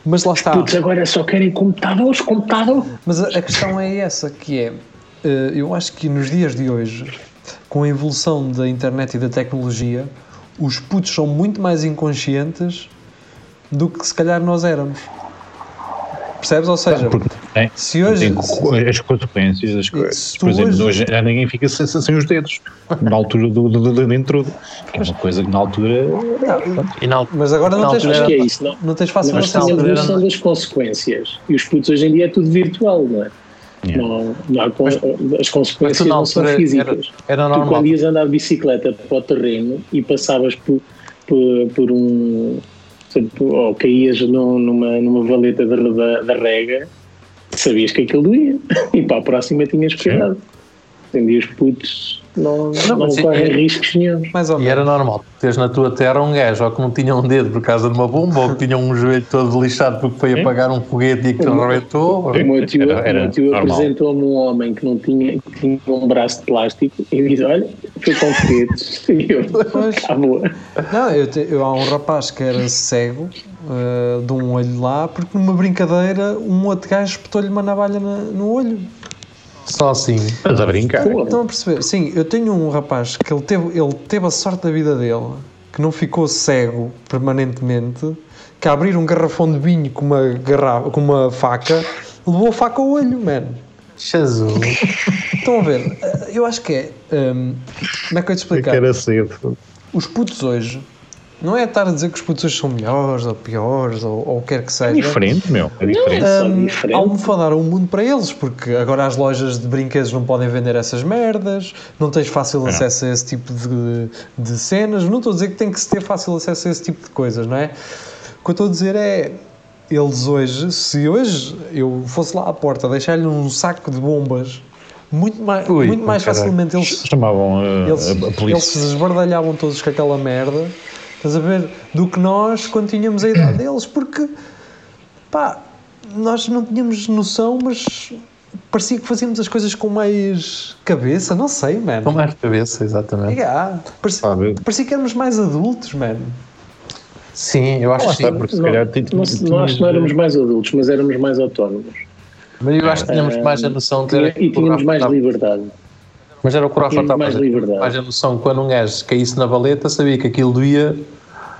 B: Mas lá está.
E: Putz, agora só querem computadores, computador.
B: Mas a, a questão é essa, que é, eh, eu acho que nos dias de hoje, com a evolução da internet e da tecnologia, os putos são muito mais inconscientes do que se calhar nós éramos. Percebes? Ou seja,
C: Porque tem,
B: se hoje...
C: tem co- as consequências das coisas.
B: se tu
C: Por exemplo,
B: hoje-
C: hoje já ninguém fica sem, sem os dedos, na altura do, do, do dentro. Que é uma coisa que na altura.
B: Não,
D: E na altura-
B: mas agora não,
D: Não,
B: tens,
E: Acho
D: era-
E: que é isso. Não,
B: não tens fácil
E: nós
B: acesso.
E: temos
D: altura era-
E: noção das consequências. E os putos hoje em dia é tudo virtual, não é?
C: Yeah.
E: Não, não há con- as
D: mas tu
E: consequências
D: na
E: não são
D: altura era,
E: físicas.
D: era
E: Tu
D: normal.
E: quando ias andar de bicicleta para o terreno e passavas por, por, por um. por- Ou caías num- numa, numa valeta da, da, da rega, sabias que aquilo doía. E para a próxima tinhas cuidado. Entendi os putos, não, não,
D: mas é
E: correm
D: e-
E: riscos nenhum.
B: Mais ou
D: E
B: menos.
D: era normal. Teres na tua terra um gajo ou que não tinha um dedo por causa de uma bomba ou que tinha um joelho todo lixado porque foi apagar um foguete e que arrebentou.
E: O meu tio,
C: Era- era
E: o meu tio
C: normal.
E: apresentou-me um homem que não tinha, que tinha um braço de plástico e diz: Olha, foi com foguetes. E eu,
B: Pois.
E: ah, boa.
B: Não, eu, te- eu- há um rapaz que era cego eh, de um olho lá, porque numa brincadeira um outro gajo espetou-lhe uma navalha na- no olho.
D: Só assim.
C: Estás a brincar.
B: Estão a perceber? Sim, eu tenho um rapaz que ele teve, ele teve a sorte da vida dele, que não ficou cego permanentemente, que a abrir um garrafão de vinho com uma, garrafa, com uma faca, levou a faca ao olho, mano.
D: Jesus.
B: Estão a ver? Eh, Eu acho que é. hum, como é que eu ia te
C: Que
B: explicar?
C: era cedo.
B: Os putos hoje. Não é estar a dizer que os putos hoje são melhores ou piores ou, ou o que quer que seja.
C: É Diferente, meu. É diferente.
E: São
B: Hum,
E: diferentes.
B: almofadar o mundo para eles, porque agora as lojas de brinquedos não podem vender essas merdas, não tens fácil acesso a esse tipo de, de cenas. Não estou a dizer que tem que se ter fácil acesso a esse tipo de coisas, não é? O que eu estou a dizer é. Eles hoje, se hoje eu fosse lá à porta deixar-lhe um saco de bombas, muito mais,
D: Ui,
B: muito mais
D: caralho.
B: facilmente eles
C: Chamavam uh,
B: eles,
C: a, a
B: eles se
C: polícia.
B: esbardalhavam todos com aquela merda, estás a ver? Do que nós quando tínhamos a idade deles, porque pá, nós não tínhamos noção, mas parecia que fazíamos as coisas com mais cabeça, não sei,
D: Com
B: mano.
D: mais cabeça, exatamente.
B: Yeah, parecia,
C: Sabe?
B: parecia que éramos mais adultos, mano.
D: Sim, eu acho
C: Lá
D: que
C: está,
D: sim.
C: porque se
E: Não,
C: calhar.
E: nós, nós não éramos mais adultos, mas éramos mais autónomos.
D: Mas eu acho que tínhamos
E: Hum,
D: mais a noção de
E: Tinha-
D: ter um
B: tipo
E: E tínhamos mais liberdade.
D: Mas era o que o Rafa
E: Tínhamos
D: estava a
E: mais
D: dizer.
E: liberdade.
D: Mais a noção que quando um gajo caísse na valeta, sabia que aquilo doía,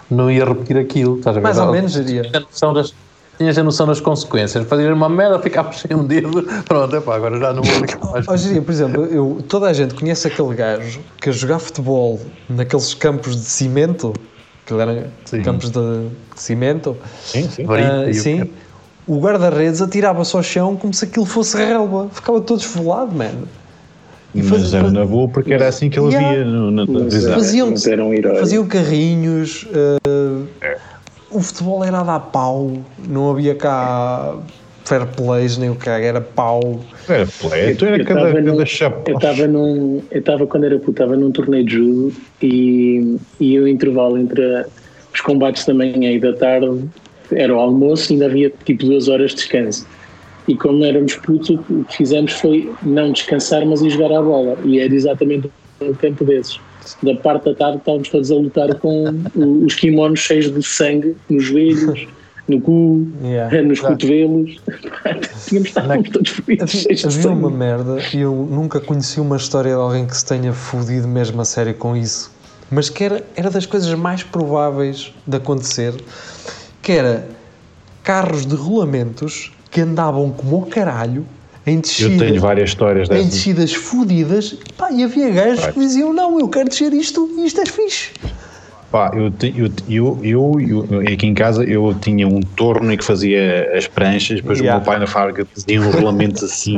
D: não ia repetir aquilo. Estás a ver?
B: Mais ou
D: Era-
B: menos, diria.
D: Tinhas a noção das, tinhas a noção das consequências. Fazer uma merda, ficava sem um dedo. Pronto, epá, agora já não vou brincar mais.
B: Hoje em dia, por exemplo, eu, toda a gente conhece aquele gajo que a jogar futebol naqueles campos de cimento, que eram
D: Sim.
B: campos de cimento,
C: Sim, sim.
B: Ah,
D: Varita e o
B: sim.
D: quê?
B: O guarda-redes atirava-se ao chão como se aquilo fosse relva. Ficava todo esfolado, mano. E
C: Mas
B: fazia-
C: era na boa porque era assim que ele
B: Yeah.
C: via no- na televisão.
E: Mas,
B: Faziam-
E: eram- mas eram heróis. É.
B: Faziam carrinhos. ah, O futebol era a dar pau. Não havia cá fair plays nem o que é, era pau.
C: Era pleto, Então era
E: Eu
C: cada,
E: tava num-
C: cada
E: Eu
C: chapéu.
E: estava num. Eu estava quando era puto, estava num torneio de judo e, e eu intervalo entre a- os combates da manhã e da tarde era o almoço e ainda havia tipo duas horas de descanso. E como éramos putos, o que fizemos foi não descansar, mas ir jogar à bola. E era exatamente um tempo desses. Da parte da tarde estávamos todos a lutar com o- os kimonos cheios de sangue nos joelhos, no cu,
B: Yeah.
E: nos cotovelos. Tínhamos estávamos todos fodidos, cheios de
B: Havia
E: sangue.
B: uma merda e eu nunca conheci uma história de alguém que se tenha fodido mesmo a sério com isso. Mas que era, era das coisas mais prováveis de acontecer, que era carros de rolamentos que andavam como o caralho em descida.
C: Eu tenho várias histórias
B: em
C: dessas.
B: descidas fodidas, pá, e havia gajos que diziam: Não, eu quero descer isto e isto é fixe.
C: Pá, eu, te- eu, te- eu, eu, eu- aqui em casa eu tinha um torno em que fazia as pranchas, depois
B: Yeah.
C: o meu pai na fábrica fazia uns rolamentos assim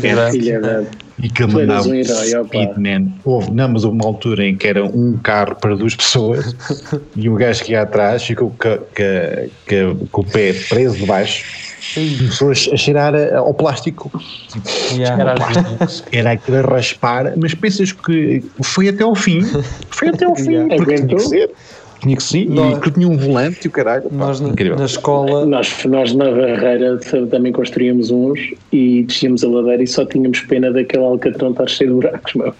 E: Filha da-
C: e que ele
E: Tu eras
C: mandava
E: um herói, ó pá.
C: speed, man. Houve, não, mas houve uma altura em que era um carro para duas pessoas e o gajo que ia atrás ficou ca- ca- ca- com o pé preso de baixo e começou a che- a cheirar a- ao plástico.
D: Era assim.
B: Yeah.
C: Era aquilo a raspar, mas pensas que foi até ao fim. Foi até ao fim, porque tinha
E: Aguentou?
C: que ser. Tinha que ser,
B: Nós-
C: e que tinha um volante e o caralho. pá,
B: Nós na,
C: incrível.
B: na escola,
E: Nós, nós na barreira também construíamos uns e descíamos a ladeira e só tínhamos pena daquele alcatrão estar cheio de buracos, meu.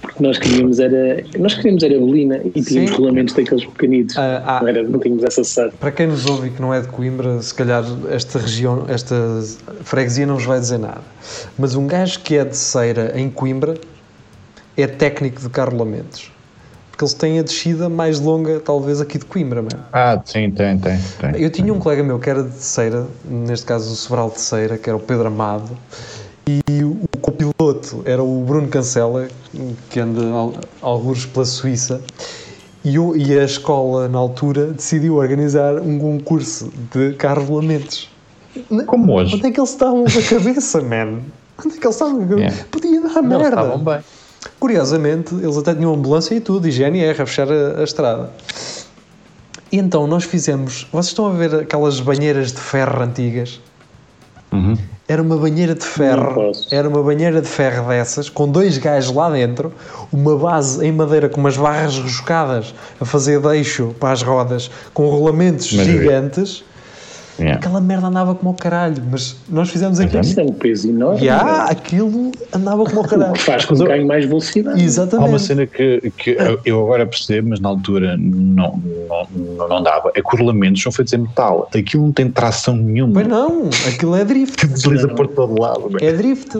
E: Porque nós queríamos era, nós queríamos era bolina e tínhamos
B: Sim.
E: rolamentos daqueles pequenitos.
B: Ah, ah.
E: não, era, não tínhamos essa sorte.
B: Para quem nos ouve e que não é de Coimbra, se calhar esta região, esta freguesia não vos vai dizer nada. Mas um gajo que é de Ceira, em Coimbra, é técnico de carrolamentos. Porque eles têm a descida mais longa, talvez, aqui de Coimbra mesmo.
C: Ah, sim, tem, tem. tem.
B: Eu tinha um colega meu que era de Ceira, neste caso o Sobral de Ceira, que era o Pedro Amado, e o copiloto era o Bruno Cancela, que anda al- algures pela Suíça, e, o- e a escola, na altura, decidiu organizar um concurso de carregamentos.
C: Como hoje.
B: Onde é que eles estavam da cabeça, man? Onde é que eles estavam da cabeça?
C: Yeah.
B: Podia dar
D: Não,
B: merda.
D: estavam bem.
B: Curiosamente, eles até tinham ambulância e tudo, e GNR a fechar a, a estrada. E então nós fizemos. Vocês estão a ver aquelas banheiras de ferro antigas?
C: Uhum.
B: Era uma banheira de
E: Não
B: ferro,
E: posso.
B: era uma banheira de ferro dessas, com dois gajos lá dentro, uma base em madeira com umas barras roscadas a fazer deixo para as rodas, com rolamentos
C: Mas eu É. vi.
B: gigantes.
C: Yeah.
B: Aquela merda andava como o caralho, mas nós fizemos aquilo.
E: Isso é um peso enorme.
B: E ah, aquilo andava como o
E: O
B: caralho.
E: que faz com que ganhe mais velocidade.
C: Há uma
B: Exatamente.
C: cena que, que eu agora percebo, mas na altura não, não, não, não dava. É que os rolamentos são feitos em metal. Aquilo não tem tração nenhuma.
B: Pois não, aquilo é drift.
C: Desliza por todo lado. man.
B: É drift.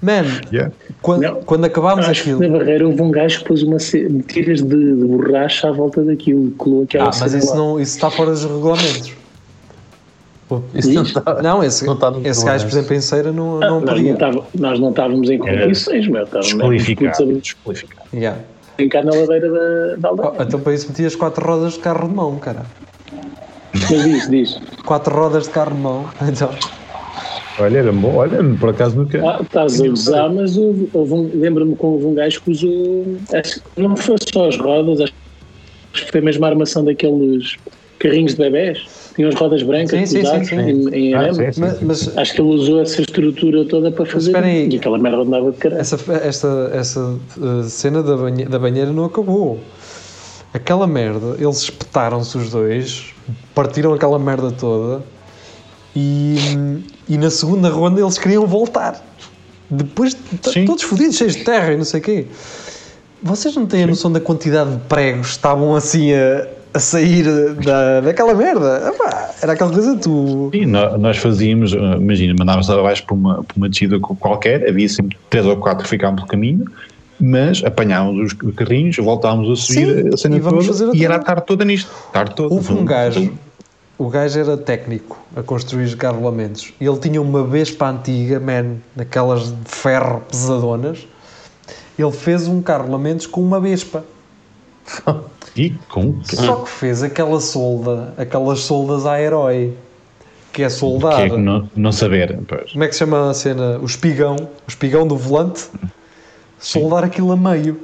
B: Man,
C: Yeah.
B: quando,
E: Não.
B: quando acabámos
E: Acho que
B: aquilo.
E: na barreira houve um gajo que pôs uma ce- tiras de, de borracha à volta daquilo, colou
B: Ah,
E: aquela
B: mas
E: cena
B: isso,
E: lá.
B: não, isso está fora dos regulamentos.
D: Isso não
E: Isto?
D: está-
B: Não, esse,
D: Não está no
B: esse gajo, por exemplo, em Ceira não, não
E: Ah, nós, não
B: podia.
E: tava- nós não estávamos em condições, meu.
C: Desqualificado.
E: Estávamos
C: Desqualificado.
B: Yeah.
E: a brincar na ladeira da, da
B: Oh,
E: aldeia.
B: Então para isso metias quatro rodas de carro de mão, cara.
E: Mas diz, diz.
B: Quatro rodas de carro de mão. Então,
C: Olha, era bom. Olha, por acaso nunca.
E: Ah, estás a usar, mas houve- houve um- lembro-me que houve um gajo que usou. acho que Não foi só as rodas, acho que foi mesmo a armação daqueles carrinhos de bebés. Tinham as rodas
B: Sim,
E: brancas
B: sim,
E: usadas
B: sim, sim.
E: em, em
C: Ah,
E: arame.
C: sim, sim,
B: mas,
C: sim.
B: mas
E: Acho que ele usou essa estrutura toda para fazer.
B: espera aí.
E: E aquela merda andava de caralho.
B: essa, esta, essa uh, cena da banhe- da banheira não acabou. Aquela merda, eles espetaram-se os dois, partiram aquela merda toda e, e na segunda ronda eles queriam voltar. Depois, de t-
C: Sim.
B: todos fodidos, cheios de terra e não sei o quê. Vocês não têm a noção da quantidade de pregos que estavam assim a, a sair da, daquela merda? Epá, era aquela coisa tu.
C: Sim, nó- nós fazíamos, eh, imagina, mandávamos abaixo para uma, para uma descida co- qualquer, havia sempre três ou quatro que ficavam pelo caminho, mas apanhávamos os carrinhos, voltávamos a subir
B: Sim,
C: a cena
B: e vamos fazer
C: toda,
B: outra
C: e era a
B: vez.
C: tarde toda nisto. Tarde toda.
B: Houve um gajo, o gajo era técnico a construir carrolamentos e ele tinha uma Vespa antiga, man, daquelas de ferro pesadonas. Ele fez um carrolamentos com uma Vespa.
C: E com
B: Só que fez aquela solda, aquelas soldas à herói, que é
C: que
B: soldada.
C: é que não, não saber, pois.
B: Como é que se chama a cena? O espigão, o espigão do volante, soldar aquilo a meio.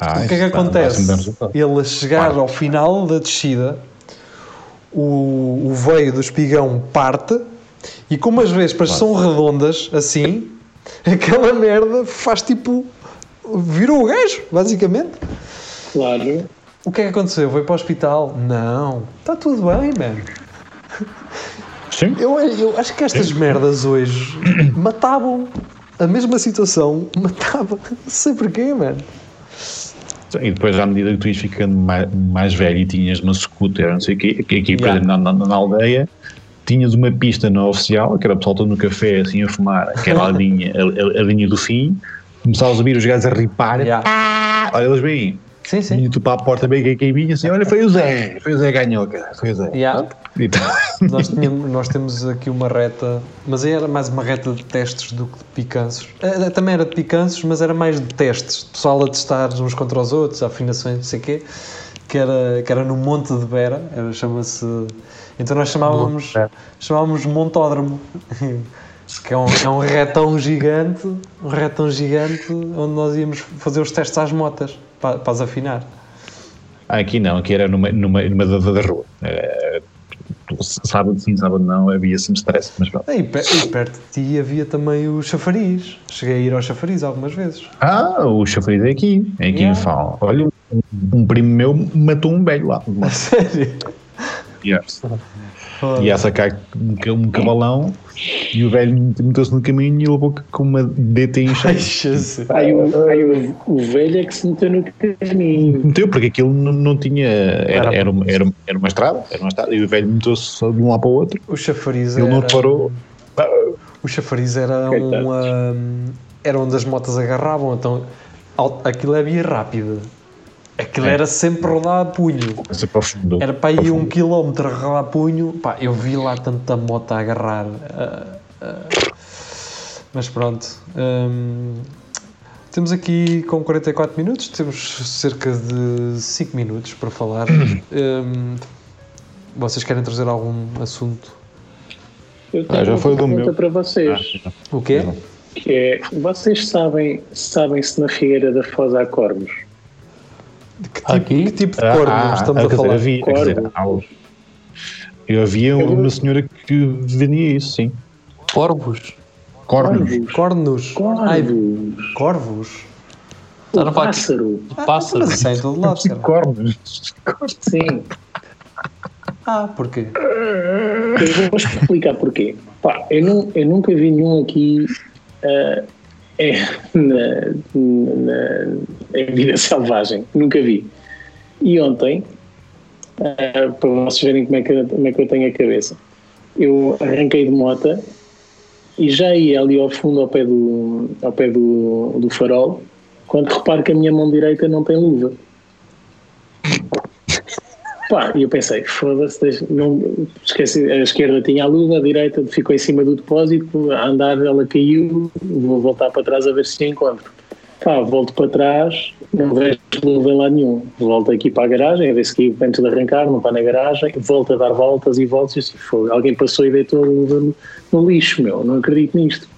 C: Ah,
B: o que é que
C: isso dá- dá-se um bom
B: acontece?
C: resultado.
B: Ele a chegar ao final da descida, o, o veio do espigão parte e como as vespas são redondas, assim, aquela merda faz tipo... Virou o gajo, basicamente.
E: Claro.
B: O que é que aconteceu? Foi para o hospital? Não. Está tudo bem, mano.
C: Sim,
B: Eu, eu acho que estas merdas hoje matavam. A mesma situação matava. Não sei porquê, mano.
C: sim, e depois à medida que tu ias ficando mais, mais velho e tinhas uma scooter, não sei o quê, que aqui por
B: Yeah.
C: exemplo na, na- na aldeia, tinhas uma pista não oficial, que era o pessoal todo no café assim a fumar, que era a linha, a, a- a linha do fim, começavas a ouvir os gajos a ripar, "Ah, olha eles vêm,
B: Sim, sim.
C: e tu para a porta bem que quem vinha assim, olha foi o Zé, foi o Zé que ganhou, cara, foi o Zé.
B: Yeah.
C: E tal.
B: Nós, tínhamos- nós temos aqui uma reta, mas aí era mais uma reta de testes do que de picanços. Eh, eh, Também era de picanços, mas era mais de testes. Pessoal a testar uns contra os outros, afinações, não sei o quê. Que era, que era no Monte de Vera, era- chama-se. Então nós chamávamos, chamávamos Montódromo, que é um, é um retão gigante, um retão gigante onde nós íamos fazer os testes às motas, para, para as afinar.
C: Ah, Aqui não, aqui era numa, numa, numa da, da- da rua. Eh, sábado sim, sábado não, havia sempre stress, mas pronto.
B: E, pe- e perto de ti havia também o chafariz. Cheguei a ir ao chafariz algumas vezes.
C: Ah, o chafariz é aqui, é aqui
B: Yeah.
C: em Fão. Olha, um, um primo meu matou um velho lá.
B: Sério?
C: Yeah. e a sacar um, ca- um cabalão e o velho meteu-se no caminho e levou com uma deta em cheio.
E: Aí o, aí o, o velho é que se meteu no caminho.
C: Meteu, porque aquilo não, não tinha. Era,
D: Era-
C: era, uma, era, era uma estrada, era uma estrada, e o velho meteu-se só de um lado para o outro,
B: O chafariz
C: ele
B: era,
C: não reparou.
B: o chafariz era
E: Coitado.
B: um, ah, era onde as motas agarravam, então ao- aquilo é via rápida. Aquilo
C: É.
B: era sempre rodar a punho.
C: Começa para o fundo.
B: Era para aí um quilómetro a rodar a punho. Pá, eu vi lá tanta moto a agarrar. ah, ah. mas pronto. hum, temos aqui com 44 minutos, temos cerca de 5 minutos para falar. Hum, vocês querem trazer algum assunto?
E: Eu
C: Ah,
E: tenho
C: já
E: uma
C: foi do
E: pergunta
C: meu.
E: para vocês.
C: ah,
B: O quê?
E: que é, vocês sabem, sabem se na Figueira da Foz há corvos?
B: De que, tipo,
D: Aqui?
B: que tipo de corno estamos
C: ah,
B: a
C: quer dizer,
B: falar?
C: havia, quer dizer,
E: Corvo.
C: há os- eu havia
E: Eu-
C: uma senhora que vendia isso, sim.
D: Corvos.
C: Cornos.
B: Cornos. Ai,
E: Corvos!
B: corvos.
D: Está
E: O
D: no
E: pássaro!
D: Pássaro.
B: Mas isso é em todo lado, cara.
C: Cornos.
E: Sim.
B: Ah, porquê?
E: Eu vou explicar porquê. Pá, eu, nu- eu nunca vi nenhum aqui ah, é, na, na- em vida selvagem. Nunca vi. E ontem, ah, para vocês verem como é, que, eu- como é que eu tenho a cabeça, eu arranquei de mota e já ia ali ao fundo, ao pé do, ao pé do, do farol, quando reparo que a minha mão direita não tem luva. Pá, e eu pensei, foda-se, deixa- não, esqueci, a esquerda tinha a luva, a direita ficou em cima do depósito, a andar ela caiu, vou voltar para trás a ver se a encontro. Pá, volto para trás, não vejo luva em lado nenhum. Volto aqui para a garagem, a ver se caiu antes de arrancar, não vai na garagem, volto a dar voltas e voltas, e assim, fogo, alguém passou e deitou a luva no, no lixo, meu, não acredito nisto.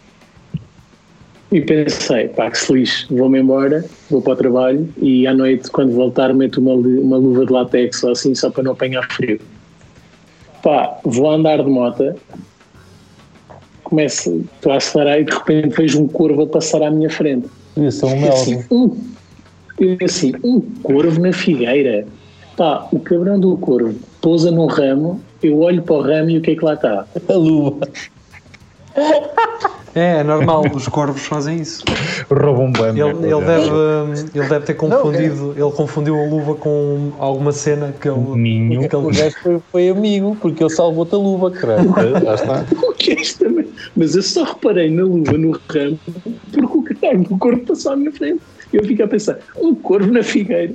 E: E pensei, pá, que se lixo, vou-me embora, vou para o trabalho e à noite, quando voltar, meto uma, lu- uma luva de látex ou assim, só para não apanhar frio. Pá, vou andar de moto, começo, estou a acelerar e de repente vejo um corvo a passar à minha frente.
D: Isso é um
E: Eu assim,
D: mel.
E: um, eu assim, um corvo na figueira. Pá, o cabrão do corvo pousa num ramo, eu olho para o ramo e o que é que lá está?
D: A luva.
B: É, é normal, os corvos fazem isso.
C: Roubam banda.
B: Ele, ele deve, hum, ele deve ter confundido, ele confundiu a luva com alguma cena que ele.
C: Ninho.
B: que
D: O
B: ele-
D: gajo foi, foi amigo, porque ele salvou-te a luva, caralho.
C: Já está.
E: O que é isto também? Mas eu só reparei na luva no ramo porque o caralho do corvo passou à minha frente. Eu fiquei a pensar, um corvo na figueira.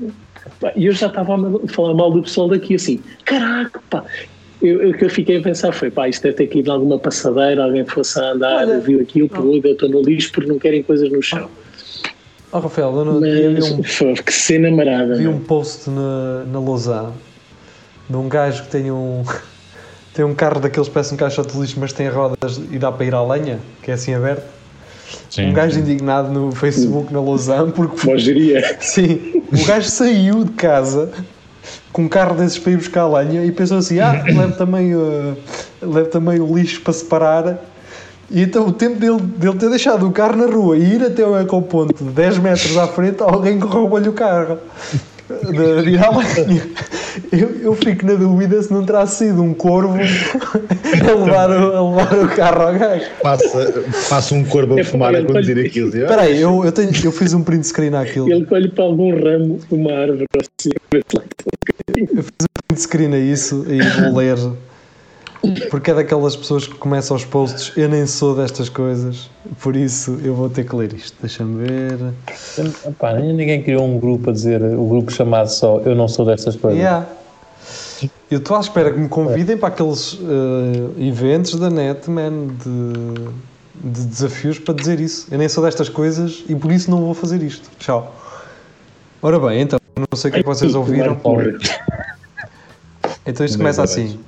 E: Pá, E eu já estava a mal- falar mal do pessoal daqui, assim, caraca, pá. Eu, eu- o que eu fiquei a pensar foi, pá, isto deve ter caído de alguma passadeira, alguém fosse a andar,
B: Olha.
E: viu aquilo, pegou, deitou no lixo porque não querem coisas no chão.
B: Oh, Rafael, eu, não, eu vi,
E: Mas,
B: um,
E: foi, que cena marada.
B: vi
E: meu.
B: um post na, na Lausanne de um gajo que tem um. Tem um carro daqueles que parece um caixote de lixo, mas tem rodas e dá para ir à lenha, que é assim aberto. Um gajo indignado no Facebook na Lausanne porque
E: Mó geria.
B: Sim, o gajo saiu de casa com um carro desses para ir buscar a lenha e pensou assim: ah, levo também, uh, levo também o lixo para separar. E então o tempo dele, dele ter deixado o carro na rua e ir até o ecoponto de 10 metros à frente, alguém que roubou-lhe o carro. eh, De, de ir à lenha. Eu, eu fico na dúvida se não terá sido um corvo a levar o, a levar o carro ao gajo.
C: Passa, passa um corvo a
E: É,
C: fumar a
E: ele-
C: conduzir aquilo. assim,
B: Espera aí, eu, eu, tenho- eu fiz um print screen àquilo.
E: Ele colhe para algum ramo uma árvore.
B: print screen a isso e vou ler. Porque é daquelas pessoas que começam os posts. Eu nem sou destas coisas, por isso eu vou ter que ler isto. Deixa-me ver.
D: Epá, nem- ninguém criou um grupo a dizer, o grupo chamado só Eu Não Sou Destas Coisas.
B: Yeah. Eu estou à espera que me convidem para aqueles eh, eventos da net, man, de, de desafios para dizer isso. Eu nem sou destas coisas e por isso não vou fazer isto. Tchau. Ora bem, então, não sei o que é que vocês ouviram.
E: Pobre.
B: Então isto começa assim.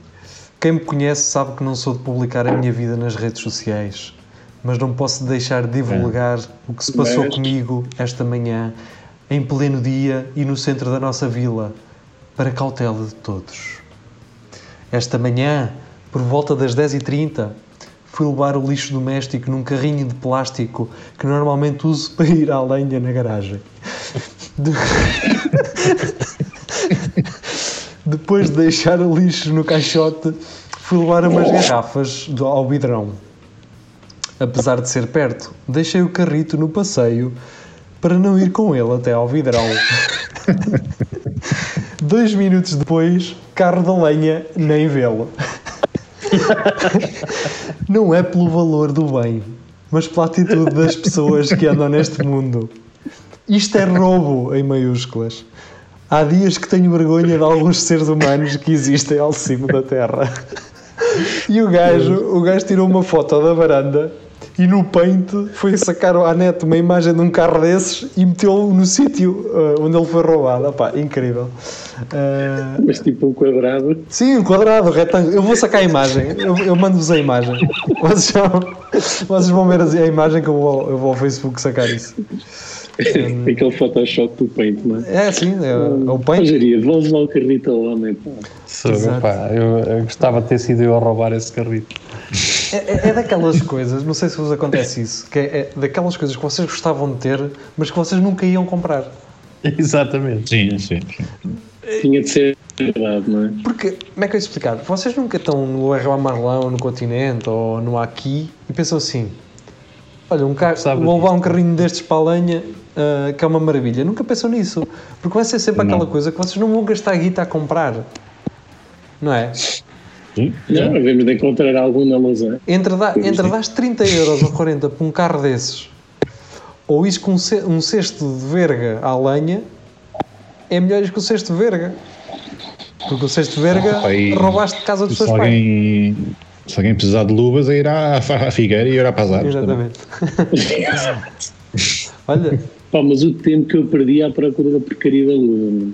B: Quem me conhece sabe que não sou de publicar a minha vida nas redes sociais, mas não posso deixar de divulgar o que se passou
E: Mas-
B: comigo esta manhã, em pleno dia e no centro da nossa vila, para cautela de todos. Esta manhã, por volta das 10h30, fui levar o lixo doméstico num carrinho de plástico que normalmente uso para ir à lenha na garagem. Depois de deixar o lixo no caixote, fui fui levar umas garrafas do- ao bidrão. Apesar de ser perto, deixei o carrito no passeio para não ir com ele até ao vidrão. Dois minutos depois, carro da lenha, nem vê-lo. Não é pelo valor do bem, mas pela atitude das pessoas que andam neste mundo. Isto é roubo, em maiúsculas. Há dias que tenho vergonha de alguns seres humanos que existem ao cimo da Terra. E o gajo, o gajo tirou uma foto da varanda e no paint foi sacar à net uma imagem de um carro desses e meteu-o no sítio ah, onde ele foi roubado. Opá, incrível. Ah,
E: Mas tipo um quadrado.
B: Sim, um quadrado, retângulo. Eu vou sacar a imagem. Eu, eu mando-vos a imagem. Vocês, já- vocês vão ver assim a imagem que eu vou, eu vou ao Facebook sacar isso.
E: Aquele Photoshop do Paint, não é?
B: É assim, é, é o
E: Ó,
B: paint.
E: Jeria, devolve lá o carrito ao homem. pá.
D: Sou,
B: Exato.
D: pá, eu, eu gostava de ter sido eu a roubar esse carrito.
B: É, é- é daquelas coisas, não sei se vos acontece isso, que é, é daquelas coisas que vocês gostavam de ter, mas que vocês nunca iam comprar.
D: Exatamente.
C: Sim, sim.
E: Tinha de ser verdade, não é?
B: Porque, como é que eu ia explicar? Vocês nunca estão no R.A. Marlão, no Continente ou no Aqui e pensam assim: olha, um carro,
D: Sabe
B: vou levar um carrinho destes para a lenha, ah, que é uma maravilha. Nunca pensam nisso. Porque vai ser sempre aquela coisa que vocês não vão gastar guita a comprar. Não é?
C: Sim.
E: Não, havemos de encontrar algum na Lausanne.
B: Entre, da, entre dás 30 euros ou 40 para um carro desses, ou isso com um ce- um cesto de verga à lenha, é melhor isso que o cesto de verga. Porque o cesto de verga
C: Aí,
B: roubaste de casa dos
C: Se
B: seus pais.
C: alguém, se alguém precisar de luvas, é ir à, à Figueira e ir para as árvores. também.
B: Exatamente. Olha,
E: Pá, mas o tempo que eu perdi à procura da porcaria da Lusa, mano.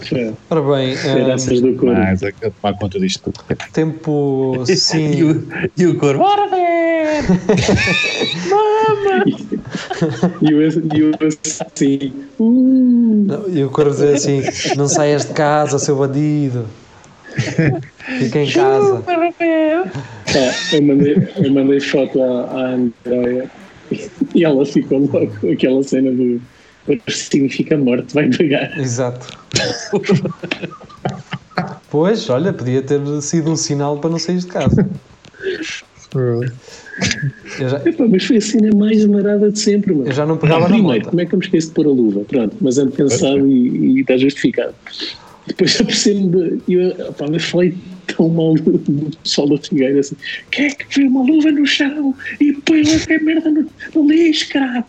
E: Fé,
B: ora bem, hum,
E: Graças do corpo.
C: Mas é que eu tomar conta disto tudo.
B: tempo
D: E
B: sim.
D: o, e o corvo, bora ver!
E: E eu, e eu assim. Uh,
B: Não, Eu quero dizer assim: não saias de casa, seu bandido. Fica em casa.
E: pá, eu, mandei, eu mandei foto à, à Andrea e ela ficou logo com aquela cena do. Significa morte, vai pagar.
B: Exato. Pois, olha, podia ter sido um sinal para não sair de casa. Eu já,
E: Epá, mas foi a cena mais amarada de sempre, mano.
B: eu já não pegava na
E: Primeiro,
B: moto.
E: como é que eu me esqueço de pôr a luva? Pronto, mas ando cansado e, e está justificado. Depois apercebo-me de. Eu, opá, eu falei tão mal do, do pessoal da Figueira assim: quem é que vê uma luva no chão e põe outra é merda no, no lixo, caralho?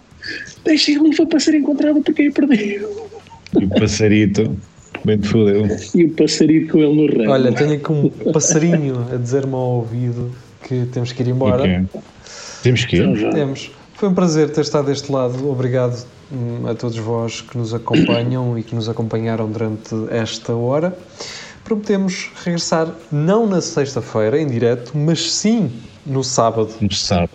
E: Deixem a luva para ser encontrada por quem a perdeu.
C: E o passarito, bem te fodeu.
E: E o passarinho com ele no ramo.
B: Olha, tenho aqui um passarinho a dizer-me ao ouvido que temos que ir embora.
C: Ok. Temos que
E: Então
C: ir.
E: vá.
B: Temos. Foi um prazer ter estado deste lado. Obrigado hum, a todos vós que nos acompanham e que nos acompanharam durante esta hora. Prometemos regressar não na sexta-feira em direto, mas sim no sábado,
C: Como se sabe.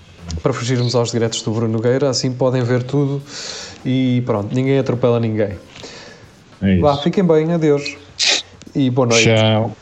B: para fugirmos aos diretos do Bruno Nogueira. Assim podem ver tudo e pronto, ninguém atropela ninguém.
C: É
B: Vá,
C: isso.
B: fiquem bem, adeus e boa noite.
C: Tchau.